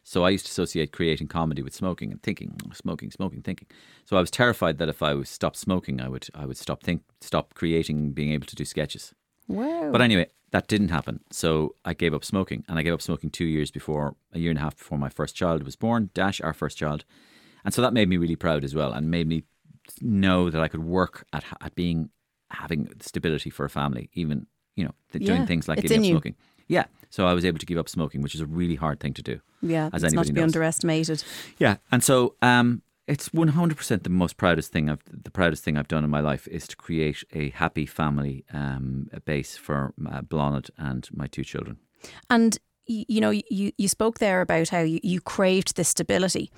[SPEAKER 2] So I used to associate creating comedy with smoking and thinking, smoking, smoking, thinking. So I was terrified that if I was stopped smoking, I would I would stop think stop creating, being able to do sketches.
[SPEAKER 1] Wow.
[SPEAKER 2] But anyway, that didn't happen. So I gave up smoking, and I gave up smoking two years before, a year and a half before my first child was born, Dash, our first child. And so that made me really proud as well, and made me know that I could work at, at being having stability for a family, even you know th-
[SPEAKER 1] Yeah,
[SPEAKER 2] doing things like
[SPEAKER 1] it's
[SPEAKER 2] giving
[SPEAKER 1] in
[SPEAKER 2] up
[SPEAKER 1] you.
[SPEAKER 2] smoking. Yeah, so I was able to give up smoking, which is a really hard thing to do.
[SPEAKER 1] yeah,
[SPEAKER 2] as
[SPEAKER 1] it's not
[SPEAKER 2] anybody
[SPEAKER 1] to be
[SPEAKER 2] knows.
[SPEAKER 1] underestimated.
[SPEAKER 2] Yeah, and so um, it's one hundred percent the most proudest thing I've the proudest thing I've done in my life is to create a happy family um, a base for uh, Blonnet and my two children.
[SPEAKER 1] And y- you know, you you spoke there about how you, you craved this stability,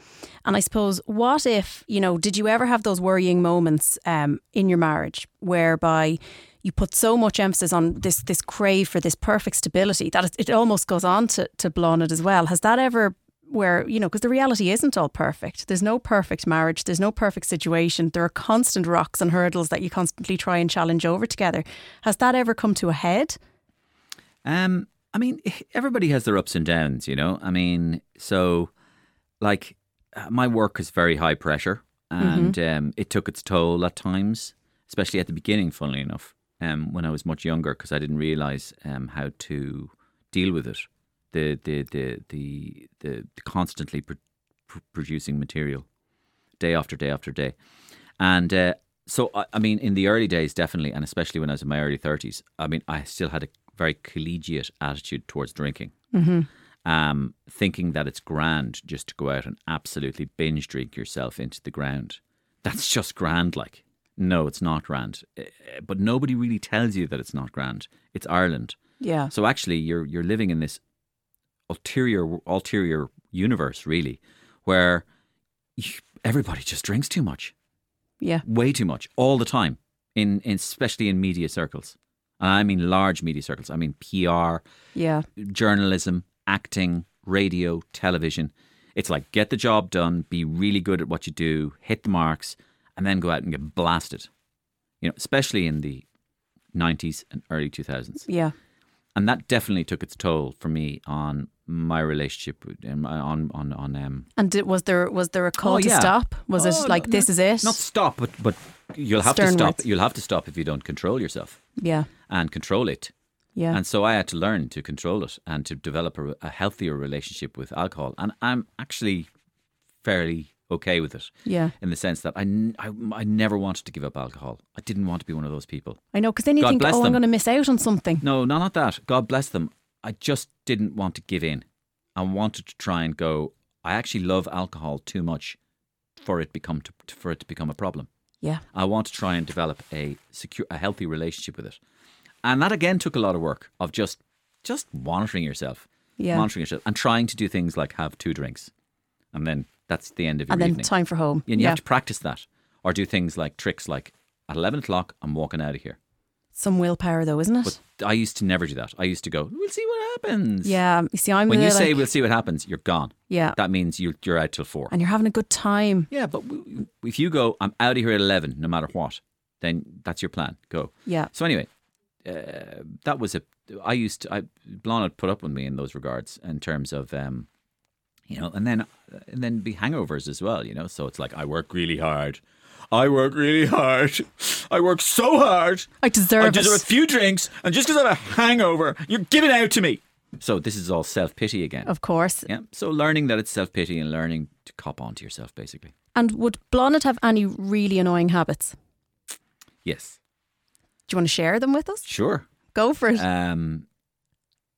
[SPEAKER 1] and I suppose what if you know, did you ever have those worrying moments um, in your marriage whereby you put so much emphasis on this this crave for this perfect stability that it, it almost goes on to to Blonnet as well? Has that ever? Where you know, because the reality isn't all perfect. There's no perfect marriage. There's no perfect situation. There are constant rocks and hurdles that you constantly try and challenge over together. Has that ever come to a head?
[SPEAKER 2] Um, I mean, everybody has their ups and downs, you know. I mean, so like uh, my work is very high pressure, and um, it took its toll at times, especially at the beginning. Funnily enough, um, when I was much younger, because I didn't realize um, how to deal with it. the the the the, the constantly pro- pro- producing material day after day after day. And uh, so, I, I mean, in the early days, definitely, and especially when I was in my early 30s, I mean, I still had a very collegiate attitude towards drinking. Um, thinking that it's grand just to go out and absolutely binge drink yourself into the ground. That's just grand, like. No, it's not grand. Eh, eh, But nobody really tells you that it's not grand. It's Ireland.
[SPEAKER 1] Yeah.
[SPEAKER 2] So actually, you're you're living in this ulterior ulterior universe, really, where you- everybody just drinks too much,
[SPEAKER 1] Yeah.
[SPEAKER 2] way too much, all the time. In, in especially in media circles, and I mean large media circles. I mean PR,
[SPEAKER 1] Yeah.
[SPEAKER 2] journalism, acting, radio, television. It's like get the job done, be really good at what you do, hit the marks, and then go out and get blasted. You know, especially in the '90s and early 2000s
[SPEAKER 1] Yeah.
[SPEAKER 2] and that definitely took its toll for me on my relationship with- and my- on on on um
[SPEAKER 1] And did, was there was there a call
[SPEAKER 2] Oh,
[SPEAKER 1] to
[SPEAKER 2] yeah.
[SPEAKER 1] stop? Was
[SPEAKER 2] Oh,
[SPEAKER 1] it like
[SPEAKER 2] no-
[SPEAKER 1] this is it?
[SPEAKER 2] not stop but but you'll have
[SPEAKER 1] Stern
[SPEAKER 2] to stop
[SPEAKER 1] words.
[SPEAKER 2] you'll have to stop if you don't control yourself
[SPEAKER 1] yeah.
[SPEAKER 2] and control it
[SPEAKER 1] Yeah.
[SPEAKER 2] and so I had to learn to control it and to develop a, a healthier relationship with alcohol and I'm actually fairly okay with it
[SPEAKER 1] yeah.
[SPEAKER 2] in the sense that I, n- I, I never wanted to give up alcohol I didn't want to be one of those people
[SPEAKER 1] I know because then you
[SPEAKER 2] God
[SPEAKER 1] think,
[SPEAKER 2] bless
[SPEAKER 1] oh, I'm
[SPEAKER 2] them.
[SPEAKER 1] going to miss out on something.
[SPEAKER 2] No, no, not that. God bless them. I just didn't want to give in. I wanted to try and go. I actually love alcohol too much for it become to, for it to become a problem.
[SPEAKER 1] Yeah.
[SPEAKER 2] I want to try and develop a secure, a healthy relationship with it, and that again took a lot of work of just just monitoring yourself,
[SPEAKER 1] Yeah.
[SPEAKER 2] monitoring yourself, and trying to do things like have two drinks, and then that's the end of your
[SPEAKER 1] and then
[SPEAKER 2] evening.
[SPEAKER 1] time for home.
[SPEAKER 2] and you
[SPEAKER 1] yeah.
[SPEAKER 2] have to practice that, or do things like tricks like at eleven o'clock I'm walking out of here.
[SPEAKER 1] Some willpower though, isn't it?
[SPEAKER 2] But I used to never do that. I used to go, we'll see what happens.
[SPEAKER 1] yeah. You see, I'm
[SPEAKER 2] When
[SPEAKER 1] the,
[SPEAKER 2] you say
[SPEAKER 1] like-
[SPEAKER 2] we'll see what happens, you're gone.
[SPEAKER 1] yeah,
[SPEAKER 2] That means you, you're out till four.
[SPEAKER 1] and you're having a good time.
[SPEAKER 2] Yeah, but w- if you go, I'm out of here at 11, no matter what, then that's your plan. Go.
[SPEAKER 1] Yeah.
[SPEAKER 2] So, anyway, uh, that was a. I used to. I, Blonde had put up with me in those regards in terms of. Um, you know, and then and then be hangovers as well. You know, so it's like I work really hard, I work really hard, I work so hard,
[SPEAKER 1] I deserve,
[SPEAKER 2] I deserve
[SPEAKER 1] it.
[SPEAKER 2] a few drinks, and just because I have a hangover, you're giving out to me. So this is all self pity again.
[SPEAKER 1] Of course.
[SPEAKER 2] yeah. So learning that it's self pity and learning to cop on to yourself, basically.
[SPEAKER 1] And would Blonnet have any really annoying habits?
[SPEAKER 2] Yes.
[SPEAKER 1] Do you want to share them with us?
[SPEAKER 2] Sure.
[SPEAKER 1] Go for it.
[SPEAKER 2] Um,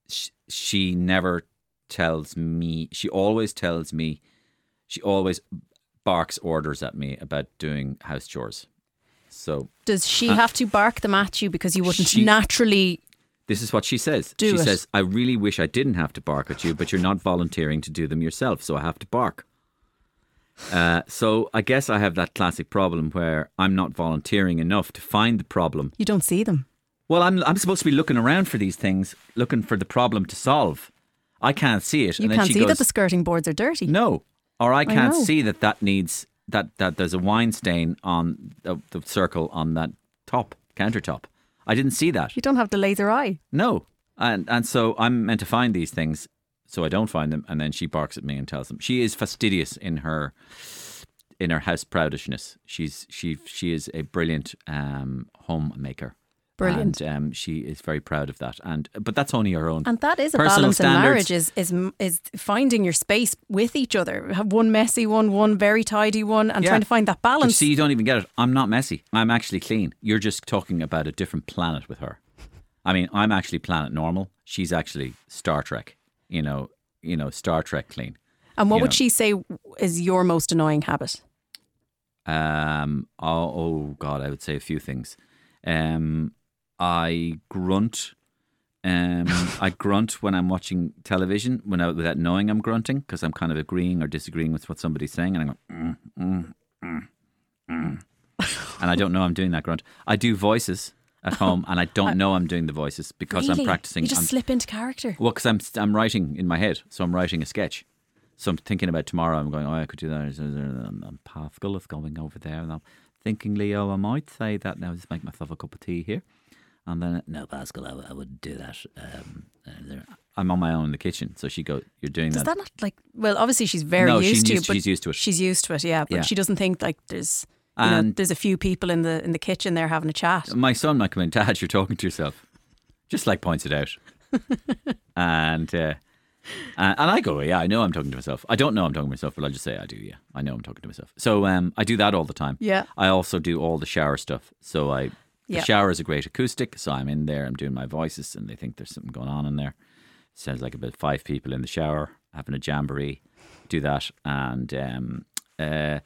[SPEAKER 2] sh- she never tells me. She always tells me. She always barks orders at me about doing house chores. So
[SPEAKER 1] Does she have to bark them at you because you wouldn't
[SPEAKER 2] uh, She-
[SPEAKER 1] naturally?
[SPEAKER 2] This is what she says.
[SPEAKER 1] Do
[SPEAKER 2] she
[SPEAKER 1] it.
[SPEAKER 2] says, I really wish I didn't have to bark at you, but you're not volunteering to do them yourself, so I have to bark. Uh, so I guess I have that classic problem where I'm not volunteering enough to find the problem.
[SPEAKER 1] You don't see them.
[SPEAKER 2] Well, I'm, I'm supposed to be looking around for these things, looking for the problem to solve. I can't see it.
[SPEAKER 1] You
[SPEAKER 2] and then
[SPEAKER 1] can't
[SPEAKER 2] she
[SPEAKER 1] see
[SPEAKER 2] goes,
[SPEAKER 1] that the skirting boards are dirty.
[SPEAKER 2] No, or I can't
[SPEAKER 1] know.
[SPEAKER 2] see that that needs that that there's a wine stain on the, the circle on that top countertop. I didn't see that.
[SPEAKER 1] You don't have the laser eye.
[SPEAKER 2] No. And and so I'm meant to find these things, so I don't find them, and then she barks at me and tells them. She is fastidious in her in her house proudishness. She's she she is a brilliant um, homemaker.
[SPEAKER 1] Brilliant.
[SPEAKER 2] And um, she is very proud of that. And but that's only her own.
[SPEAKER 1] And that is a
[SPEAKER 2] Personal
[SPEAKER 1] balance in marriage
[SPEAKER 2] standards.
[SPEAKER 1] is, is is finding your space with each other. Have one messy one, one very tidy one, and
[SPEAKER 2] Yeah.
[SPEAKER 1] trying to find that
[SPEAKER 2] But you
[SPEAKER 1] balance.
[SPEAKER 2] see, you don't even get it. I'm not messy. I'm actually clean. You're just talking about a different planet with her. I mean, I'm actually planet normal. She's actually Star Trek. You know, you know, Star Trek clean.
[SPEAKER 1] and what
[SPEAKER 2] you
[SPEAKER 1] would
[SPEAKER 2] know.
[SPEAKER 1] she say is your most annoying habit?
[SPEAKER 2] Um, oh, oh God, I would say a few things. Um, I grunt. Um, I grunt when I'm watching television when I, without knowing I'm grunting because I'm kind of agreeing or disagreeing with what somebody's saying, and I'm going, mm, mm, mm, mm." and I don't know I'm doing that grunt. I do voices at home, and I don't know I'm doing the voices because
[SPEAKER 1] really?
[SPEAKER 2] I'm practicing.
[SPEAKER 1] You just
[SPEAKER 2] I'm-
[SPEAKER 1] slip into character.
[SPEAKER 2] well, because I'm I'm writing in my head, so I'm writing a sketch. So I'm thinking about tomorrow. I'm going, oh, I could do that. I'm, I'm Pascal of going over there, and I'm thinking, Leo, I might say that now. Just make myself a cup of tea here, and then no, Pascal, I, w- I wouldn't do that. Um, uh, there- I'm on my own in the kitchen, so she goes, you're doing
[SPEAKER 1] Does
[SPEAKER 2] that.
[SPEAKER 1] that not like? Well, obviously she's very
[SPEAKER 2] No, she
[SPEAKER 1] used to
[SPEAKER 2] used-
[SPEAKER 1] it. but
[SPEAKER 2] she's used to it.
[SPEAKER 1] She's used to it. Yeah, but
[SPEAKER 2] Yeah.
[SPEAKER 1] she doesn't think like there's you know,
[SPEAKER 2] And-
[SPEAKER 1] there's a few people in the in the kitchen there having a chat.
[SPEAKER 2] my son might come in, Dad, you're talking to yourself, just like points it out, and uh, Uh, and I go, yeah, I know I'm talking to myself. I don't know I'm talking to myself, but I'll just say I do, yeah. I know I'm talking to myself. So um, I do that all the time.
[SPEAKER 1] Yeah.
[SPEAKER 2] I also do all the shower stuff. So I,
[SPEAKER 1] Yeah.
[SPEAKER 2] the shower is a great acoustic. So I'm in there, I'm doing my voices, and they think there's something going on in there. Sounds like about five people in the shower having a jamboree. Do that. And um, uh,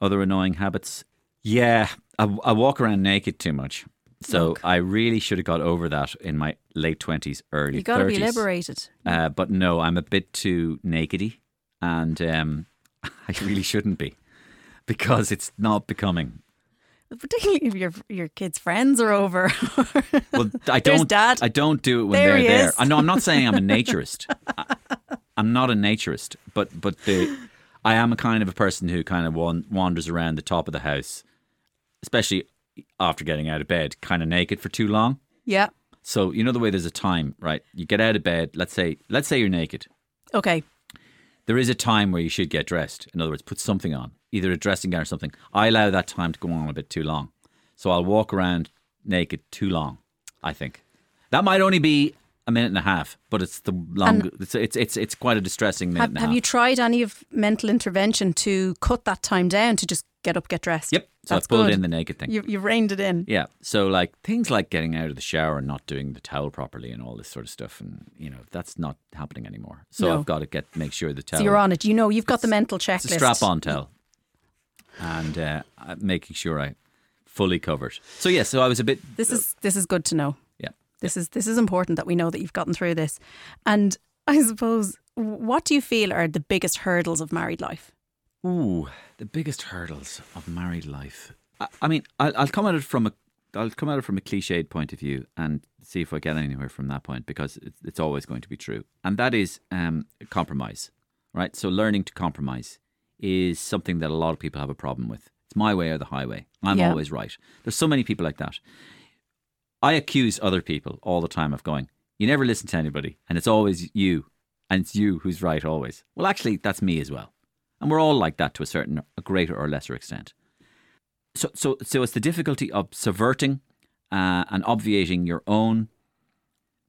[SPEAKER 2] other annoying habits. Yeah, I, I walk around naked too much. So I really should have got over that in my late 20s, early 30s.
[SPEAKER 1] You got to be liberated.
[SPEAKER 2] Uh, but no, I'm a bit too nakedy, and um, I really shouldn't be because it's not becoming.
[SPEAKER 1] Particularly if your your kids' friends are over.
[SPEAKER 2] Well, I
[SPEAKER 1] There's
[SPEAKER 2] don't.
[SPEAKER 1] Dad.
[SPEAKER 2] I don't do it when
[SPEAKER 1] There
[SPEAKER 2] they're
[SPEAKER 1] he
[SPEAKER 2] there.
[SPEAKER 1] is.
[SPEAKER 2] I know. I'm not saying I'm a naturist. I, I'm not a naturist, but but the I am a kind of a person who kind of wan- wanders around the top of the house, especially after getting out of bed, kind of naked for too long.
[SPEAKER 1] yeah.
[SPEAKER 2] So you know the way there's a time, right? You get out of bed. Let's say let's say you're naked.
[SPEAKER 1] Okay.
[SPEAKER 2] there is a time where you should get dressed. In other words, put something on, either a dressing gown or something. I allow that time to go on a bit too long. So I'll walk around naked too long, I think. That might only be a minute and a half, but it's the long it's, it's it's it's quite a distressing minute
[SPEAKER 1] Have,
[SPEAKER 2] and a
[SPEAKER 1] have
[SPEAKER 2] half.
[SPEAKER 1] you tried any of mental intervention to cut that time down to just get up, get dressed?
[SPEAKER 2] yep. So I
[SPEAKER 1] That's
[SPEAKER 2] pulled
[SPEAKER 1] good.
[SPEAKER 2] in the naked thing.
[SPEAKER 1] You, you've reined it in.
[SPEAKER 2] yeah. So like things like getting out of the shower and not doing the towel properly and all this sort of stuff and you know, that's not happening anymore. So
[SPEAKER 1] No.
[SPEAKER 2] I've got to get make sure the towel
[SPEAKER 1] So you're on it. You know, you've got the mental checklist.
[SPEAKER 2] It's a strap on towel. And uh, I- making sure I fully covered. So yeah, so I was a bit
[SPEAKER 1] This is this is good to know.
[SPEAKER 2] yeah.
[SPEAKER 1] This is this is important that we know that you've gotten through this. And I suppose, what do you feel are the biggest hurdles of married life?
[SPEAKER 2] Ooh, the biggest hurdles of married life. I, I mean, I'll, I'll come at it from a I'll come at it from a cliched point of view and see if I get anywhere from that point because it's, it's always going to be true, and that is um, compromise, right? So learning to compromise is something that a lot of people have a problem with. It's my way or the highway. I'm
[SPEAKER 1] Yeah.
[SPEAKER 2] always right. There's so many people like that. I accuse other people all the time of going, you never listen to anybody, and it's always you, and it's you who's right always. Well, actually, that's me as well. And we're all like that to a certain, a greater or lesser extent. So, so, so it's the difficulty of subverting uh, and obviating your own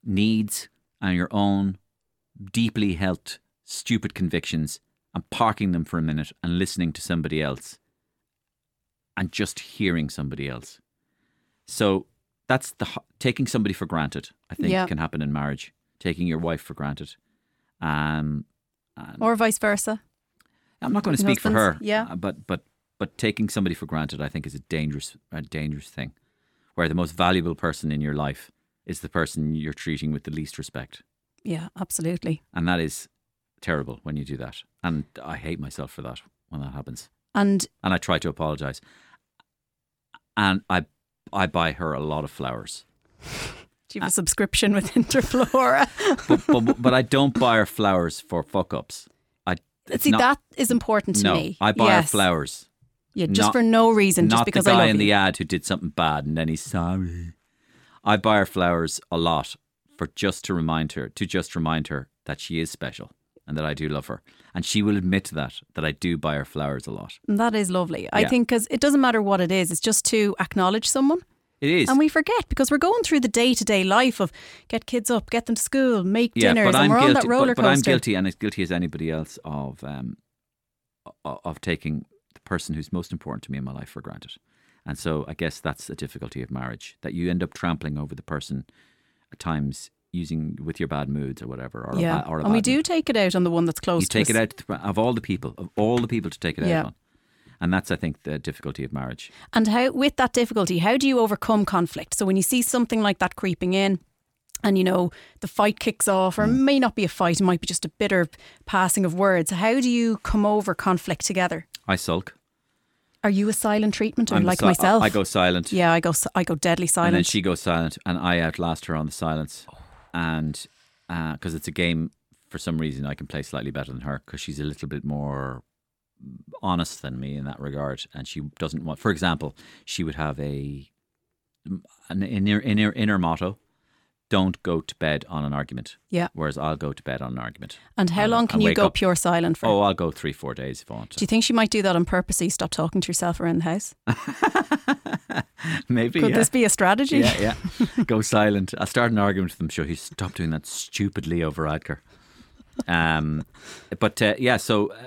[SPEAKER 2] needs and your own deeply held, stupid convictions and parking them for a minute and listening to somebody else and just hearing somebody else. So that's the h- taking somebody for granted, I think,
[SPEAKER 1] Yeah.
[SPEAKER 2] can happen in marriage, taking your wife for granted. Um,
[SPEAKER 1] Or vice versa?
[SPEAKER 2] I'm not going to
[SPEAKER 1] Your
[SPEAKER 2] speak for her.
[SPEAKER 1] husband's- yeah.
[SPEAKER 2] uh, But but but taking somebody for granted, I think, is a dangerous a dangerous thing. Where the most valuable person in your life is the person you're treating with the least respect,
[SPEAKER 1] Yeah, absolutely.
[SPEAKER 2] and that is terrible when you do that. And I hate myself for that when that happens.
[SPEAKER 1] And
[SPEAKER 2] And I try to apologize. And I I buy her a lot of flowers,
[SPEAKER 1] do
[SPEAKER 2] Uh,
[SPEAKER 1] you have a subscription with Interflora?
[SPEAKER 2] but but, but I don't buy her flowers for fuck ups. I it's
[SPEAKER 1] See,
[SPEAKER 2] not-
[SPEAKER 1] that is important to
[SPEAKER 2] no,
[SPEAKER 1] me.
[SPEAKER 2] I buy her
[SPEAKER 1] Yes.
[SPEAKER 2] flowers.
[SPEAKER 1] Yeah, just
[SPEAKER 2] not-
[SPEAKER 1] for no reason, just
[SPEAKER 2] not
[SPEAKER 1] because
[SPEAKER 2] the guy
[SPEAKER 1] I love
[SPEAKER 2] in
[SPEAKER 1] you.
[SPEAKER 2] the ad who did something bad and then he's sorry. I buy her flowers a lot for just to remind her to just remind her that she is special and that I do love her, and she will admit to that that I do buy her flowers a lot.
[SPEAKER 1] And That is lovely. I
[SPEAKER 2] Yeah.
[SPEAKER 1] think because it doesn't matter what it is, it's just to acknowledge someone.
[SPEAKER 2] It is.
[SPEAKER 1] And we forget because we're going through the day to day life of get kids up, get them to school, make
[SPEAKER 2] yeah,
[SPEAKER 1] dinners,
[SPEAKER 2] but I'm
[SPEAKER 1] and we're
[SPEAKER 2] guilty.
[SPEAKER 1] on that roller
[SPEAKER 2] but, but I'm
[SPEAKER 1] coaster.
[SPEAKER 2] guilty, and as guilty as anybody else of um, o- of taking the person who's most important to me in my life for granted. And so I guess that's the difficulty of marriage that you end up trampling over the person at times using with your bad moods or whatever. Or
[SPEAKER 1] yeah,
[SPEAKER 2] a ba- or a
[SPEAKER 1] and we
[SPEAKER 2] bad
[SPEAKER 1] do
[SPEAKER 2] mood.
[SPEAKER 1] take it out on the one that's close.
[SPEAKER 2] You take
[SPEAKER 1] to
[SPEAKER 2] it
[SPEAKER 1] us.
[SPEAKER 2] out th- of all the people, of all the people to take it
[SPEAKER 1] Yeah.
[SPEAKER 2] out on. And that's, I think, the difficulty of marriage.
[SPEAKER 1] And how, with that difficulty, how do you overcome conflict? So when you see something like that creeping in, and you know the fight kicks off, or it
[SPEAKER 2] Mm.
[SPEAKER 1] may not be a fight, it might be just a bitter passing of words. How do you come over conflict together?
[SPEAKER 2] I sulk.
[SPEAKER 1] Are you a silent treatment or
[SPEAKER 2] I'm
[SPEAKER 1] like
[SPEAKER 2] si-
[SPEAKER 1] myself?
[SPEAKER 2] I, I go silent.
[SPEAKER 1] Yeah, I go. s- I go deadly
[SPEAKER 2] And then
[SPEAKER 1] silent.
[SPEAKER 2] she goes silent, and I outlast her on the silence. And because it's a game, for some reason, I can play slightly better than her because she's a little bit more honest than me in that regard. And she doesn't want, for example, she would have a an inner inner inner motto: "Don't go to bed on an argument."
[SPEAKER 1] yeah.
[SPEAKER 2] Whereas I'll go to bed on an argument.
[SPEAKER 1] And how
[SPEAKER 2] and-
[SPEAKER 1] long can
[SPEAKER 2] and
[SPEAKER 1] you
[SPEAKER 2] wake
[SPEAKER 1] go
[SPEAKER 2] up.
[SPEAKER 1] pure silent for?
[SPEAKER 2] Oh, I'll go three, four days if I want
[SPEAKER 1] do
[SPEAKER 2] to.
[SPEAKER 1] you think she might do that on purpose? So you stop talking to yourself around the house.
[SPEAKER 2] Maybe.
[SPEAKER 1] Could
[SPEAKER 2] yeah.
[SPEAKER 1] this be a strategy?
[SPEAKER 2] yeah, yeah. Go silent. I start an argument with them. Sure, you stop doing that stupidly over Adker. Um, but uh, yeah, so uh,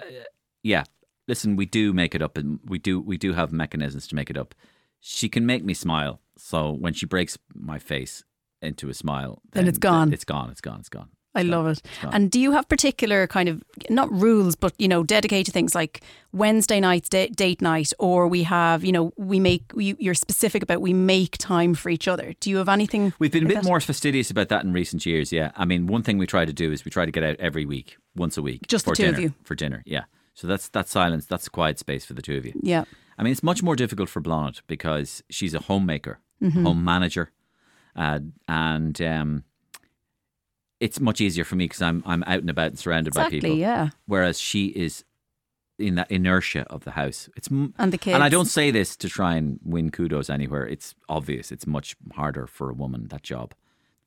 [SPEAKER 2] yeah, listen, we do make it up, and we do we do have mechanisms to make it up. She can make me smile, so when she breaks my face into a smile,
[SPEAKER 1] Then it's gone.
[SPEAKER 2] It's gone. It's gone. It's gone.
[SPEAKER 1] I love it.
[SPEAKER 2] gone.
[SPEAKER 1] And do you have particular kind of not rules, but you know, dedicated things like Wednesday nights da- date night, or we have, you know, we make you, you're specific about we make time for each other. Do you have anything?
[SPEAKER 2] We've been a
[SPEAKER 1] like
[SPEAKER 2] bit
[SPEAKER 1] that?
[SPEAKER 2] more fastidious about that in recent years. Yeah, I mean, one thing we try to do is we try to get out every week, once a week,
[SPEAKER 1] Just the
[SPEAKER 2] for
[SPEAKER 1] two of
[SPEAKER 2] dinner,
[SPEAKER 1] you.
[SPEAKER 2] for dinner. Yeah, so that's that's silence. That's a quiet space for the two of you.
[SPEAKER 1] Yeah.
[SPEAKER 2] I mean, it's much more difficult for Blonde because she's a homemaker,
[SPEAKER 1] Mm-hmm.
[SPEAKER 2] home manager, uh, and um, it's much easier for me because I'm I'm out and about and surrounded by
[SPEAKER 1] Exactly.
[SPEAKER 2] people.
[SPEAKER 1] Yeah.
[SPEAKER 2] Whereas she is in that inertia of the house. It's m-
[SPEAKER 1] And the kids.
[SPEAKER 2] and I don't say this to try and win kudos anywhere. It's obvious. It's much harder for a woman that job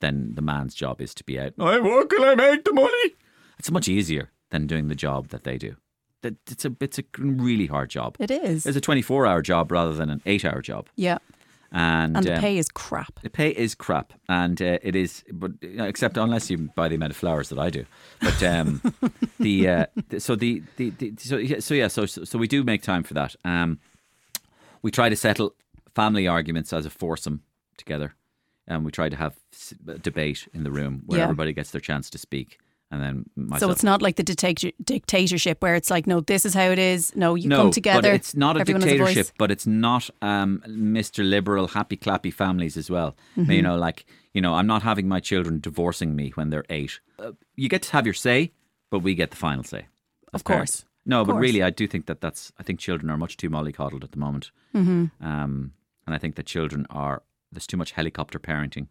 [SPEAKER 2] than the man's job is to be out. I work and I make the money. It's much easier than doing the job that they do. That it's a it's a really hard job.
[SPEAKER 1] It is.
[SPEAKER 2] It's a 24 hour job rather than an eight hour job.
[SPEAKER 1] yeah.
[SPEAKER 2] And,
[SPEAKER 1] And the
[SPEAKER 2] um,
[SPEAKER 1] pay is crap.
[SPEAKER 2] the pay is crap. And uh, it is, but except unless you buy the amount of flowers that I do. But um, the, uh, the- so the, the, the so, yeah, so yeah, so, so we do make time for that. Um, we try to settle family arguments as a foursome together. And we try to have s- a debate in the room where
[SPEAKER 1] Yeah.
[SPEAKER 2] everybody gets their chance to speak. And then myself.
[SPEAKER 1] So it's not like the dictator- dictatorship where it's like, no, this is how it is. No, you
[SPEAKER 2] no,
[SPEAKER 1] come together.
[SPEAKER 2] But it's not a
[SPEAKER 1] everyone has voice.
[SPEAKER 2] dictatorship, but it's not um, Mr. Liberal, happy clappy families as well.
[SPEAKER 1] Mm-hmm.
[SPEAKER 2] You know, like you know, I'm not having my children divorcing me when they're eight. Uh, you get to have your say, but we get the final say. as
[SPEAKER 1] Of course.
[SPEAKER 2] parents. No,
[SPEAKER 1] Of
[SPEAKER 2] but
[SPEAKER 1] course.
[SPEAKER 2] really, I do think that that's. I think children are much too mollycoddled at the moment,
[SPEAKER 1] Mm-hmm.
[SPEAKER 2] um, and I think that children are. There's too much helicopter parenting.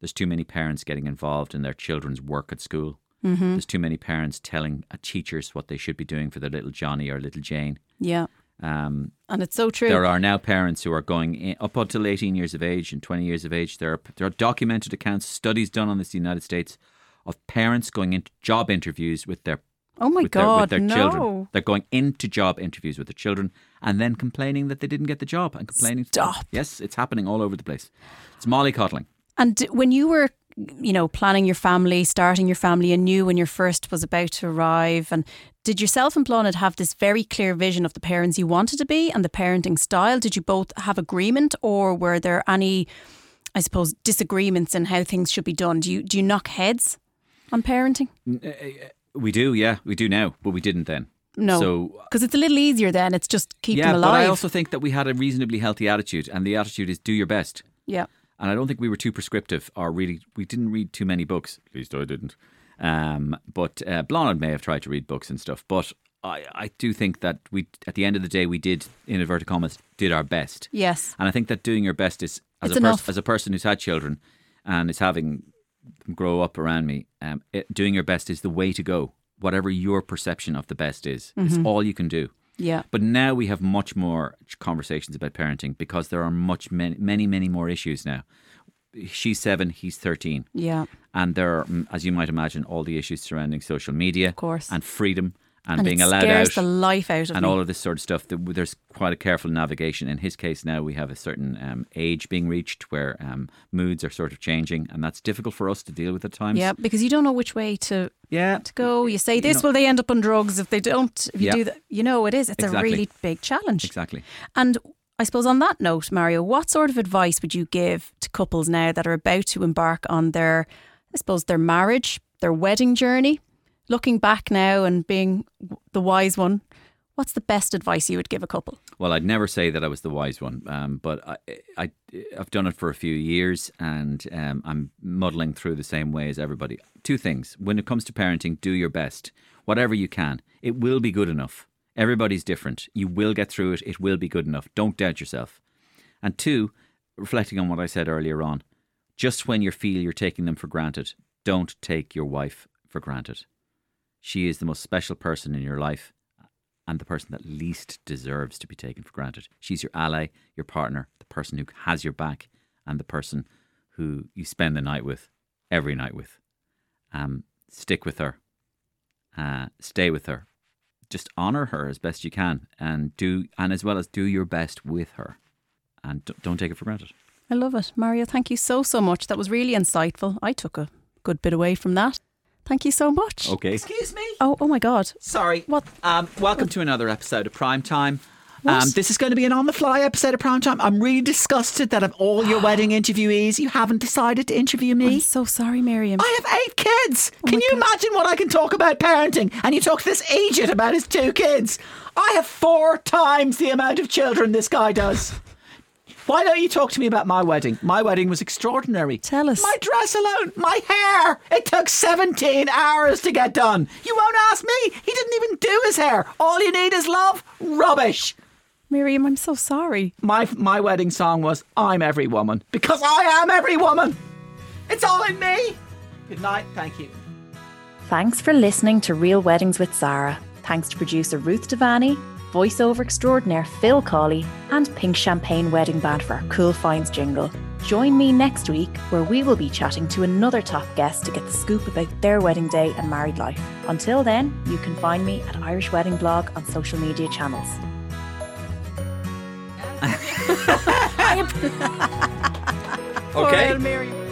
[SPEAKER 2] There's too many parents getting involved in their children's work at school.
[SPEAKER 1] Mm-hmm.
[SPEAKER 2] There's too many parents telling uh, teachers what they should be doing for their little Johnny or little Jane.
[SPEAKER 1] Yeah.
[SPEAKER 2] Um,
[SPEAKER 1] And it's so true.
[SPEAKER 2] there are now parents who are going in, up until 18 years of age and 20 years of age. There are, there are documented accounts, studies done on this in the United States, of parents going into job interviews with their
[SPEAKER 1] oh my
[SPEAKER 2] with their,
[SPEAKER 1] God.
[SPEAKER 2] with their
[SPEAKER 1] no.
[SPEAKER 2] children. They're going into job interviews with their children and then complaining that they didn't get the job and complaining.
[SPEAKER 1] Stop.
[SPEAKER 2] Yes, it's happening all over the place. It's mollycoddling.
[SPEAKER 1] And d- when you were, you know, planning your family, starting your family anew when your first was about to arrive, and did yourself and Blonde have this very clear vision of the parents you wanted to be and the parenting style? Did you both have agreement, or were there any, I suppose, disagreements in how things should be done? Do you do you knock heads on parenting?
[SPEAKER 2] We do, yeah, we do now, but we didn't then.
[SPEAKER 1] No,
[SPEAKER 2] So-
[SPEAKER 1] because it's a little easier then. It's just keep
[SPEAKER 2] yeah,
[SPEAKER 1] them
[SPEAKER 2] but I
[SPEAKER 1] alive.
[SPEAKER 2] also think that we had a reasonably healthy attitude, and the attitude is do your best.
[SPEAKER 1] yeah,
[SPEAKER 2] and I don't think we were too prescriptive or really we didn't read too many books. At least I didn't. Um, but uh, Blonde may have tried to read books and stuff, but I, I do think that we at the end of the day we did in inverted commas did our best.
[SPEAKER 1] yes,
[SPEAKER 2] And I think that doing your best is as
[SPEAKER 1] It's
[SPEAKER 2] a
[SPEAKER 1] enough.
[SPEAKER 2] person as a person who's had children and is having them grow up around me, um, it, doing your best is the way to go. Whatever your perception of the best is,
[SPEAKER 1] Mm-hmm.
[SPEAKER 2] it's all you can do.
[SPEAKER 1] yeah,
[SPEAKER 2] But now we have much more conversations about parenting because there are much many many many more issues now. She's seven, he's thirteen,
[SPEAKER 1] yeah.
[SPEAKER 2] and there are, mm, as you might imagine, all the issues surrounding social media, of
[SPEAKER 1] course.
[SPEAKER 2] and freedom, and,
[SPEAKER 1] And
[SPEAKER 2] being
[SPEAKER 1] it
[SPEAKER 2] allowed
[SPEAKER 1] scares
[SPEAKER 2] out,
[SPEAKER 1] the life out of
[SPEAKER 2] and
[SPEAKER 1] me.
[SPEAKER 2] all of this sort of stuff. There- There's quite a careful navigation. In his case, now we have a certain um, age being reached where um, moods are sort of changing, and that's difficult for us to deal with at times.
[SPEAKER 1] yeah, because you don't know which way to
[SPEAKER 2] Yeah.
[SPEAKER 1] to go. You say this,
[SPEAKER 2] know-
[SPEAKER 1] will they end up on drugs if they don't? If you
[SPEAKER 2] Yeah.
[SPEAKER 1] do that, you know it is. It's
[SPEAKER 2] Exactly.
[SPEAKER 1] a really big challenge.
[SPEAKER 2] Exactly.
[SPEAKER 1] And I suppose on that note, Mario, what sort of advice would you give to couples now that are about to embark on their, I suppose, their marriage, their wedding journey? Looking back now and being w- the wise one, what's the best advice you would give a couple?
[SPEAKER 2] Well, I'd never say that I was the wise one, um, but I, I, I've done it for a few years and um, I'm muddling through the same way as everybody. Two things. When it comes to parenting, do your best, whatever you can. It will be good enough. Everybody's different. You will get through it. It will be good enough. Don't doubt yourself. And two, reflecting on what I said earlier on, just when you feel you're taking them for granted, don't take your wife for granted. She is the most special person in your life and the person that least deserves to be taken for granted. She's your ally, your partner, the person who has your back, and the person who you spend the night with, every night with. Um, stick with her, uh, stay with her, just honor her as best you can, and do and as well as do your best with her, and d- don't take it for granted.
[SPEAKER 1] I love it. Mario, thank you so, so much. That was really insightful. I took a good bit away from that. Thank you so much.
[SPEAKER 2] Okay. Excuse me.
[SPEAKER 1] Oh, oh my God.
[SPEAKER 2] Sorry.
[SPEAKER 1] What?
[SPEAKER 2] Um, welcome to another episode of Prime Time.
[SPEAKER 1] What?
[SPEAKER 2] Um, this is going to be an on the fly episode of Prime Time. I'm really disgusted that of all your wedding interviewees, you haven't decided to interview
[SPEAKER 1] I'm
[SPEAKER 2] me.
[SPEAKER 1] so sorry, Miriam.
[SPEAKER 2] I have eight kids. Can
[SPEAKER 1] Oh my
[SPEAKER 2] you
[SPEAKER 1] God.
[SPEAKER 2] imagine what I can talk about parenting? And you talk to this idiot about his two kids. I have four times the amount of children this guy does. Why don't you talk to me about my wedding? My wedding was extraordinary.
[SPEAKER 1] Tell us.
[SPEAKER 2] My dress alone, my hair. It took 17 hours to get done. You won't ask me. He didn't even do his hair. All you need is love. Rubbish.
[SPEAKER 1] Miriam, I'm so sorry.
[SPEAKER 2] My my wedding song was I'm every woman because I am every woman. It's all in me. Good night. Thank you.
[SPEAKER 6] Thanks for listening to Real Weddings with Zara. Thanks to producer Ruth Devaney, voiceover extraordinaire Phil Cawley, and Pink Champagne Wedding Band for our Cool Finds jingle. Join me next week where we will be chatting to another top guest to get the scoop about their wedding day and married life. Until then, you can find me at Irish Wedding Blog on social media channels.
[SPEAKER 2] Okay.
[SPEAKER 1] Miriam.